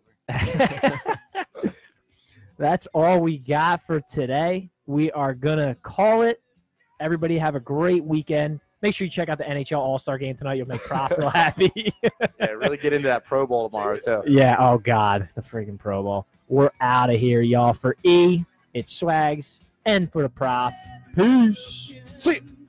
That's all we got for today. We are gonna call it. Everybody have a great weekend. Make sure you check out the NHL All Star Game tonight. You'll make Prof real happy.
yeah, really get into that Pro Bowl tomorrow too.
yeah. Oh God, the freaking Pro Bowl. We're out of here, y'all. For E, it's Swags, and for the Prof, peace.
Sweet.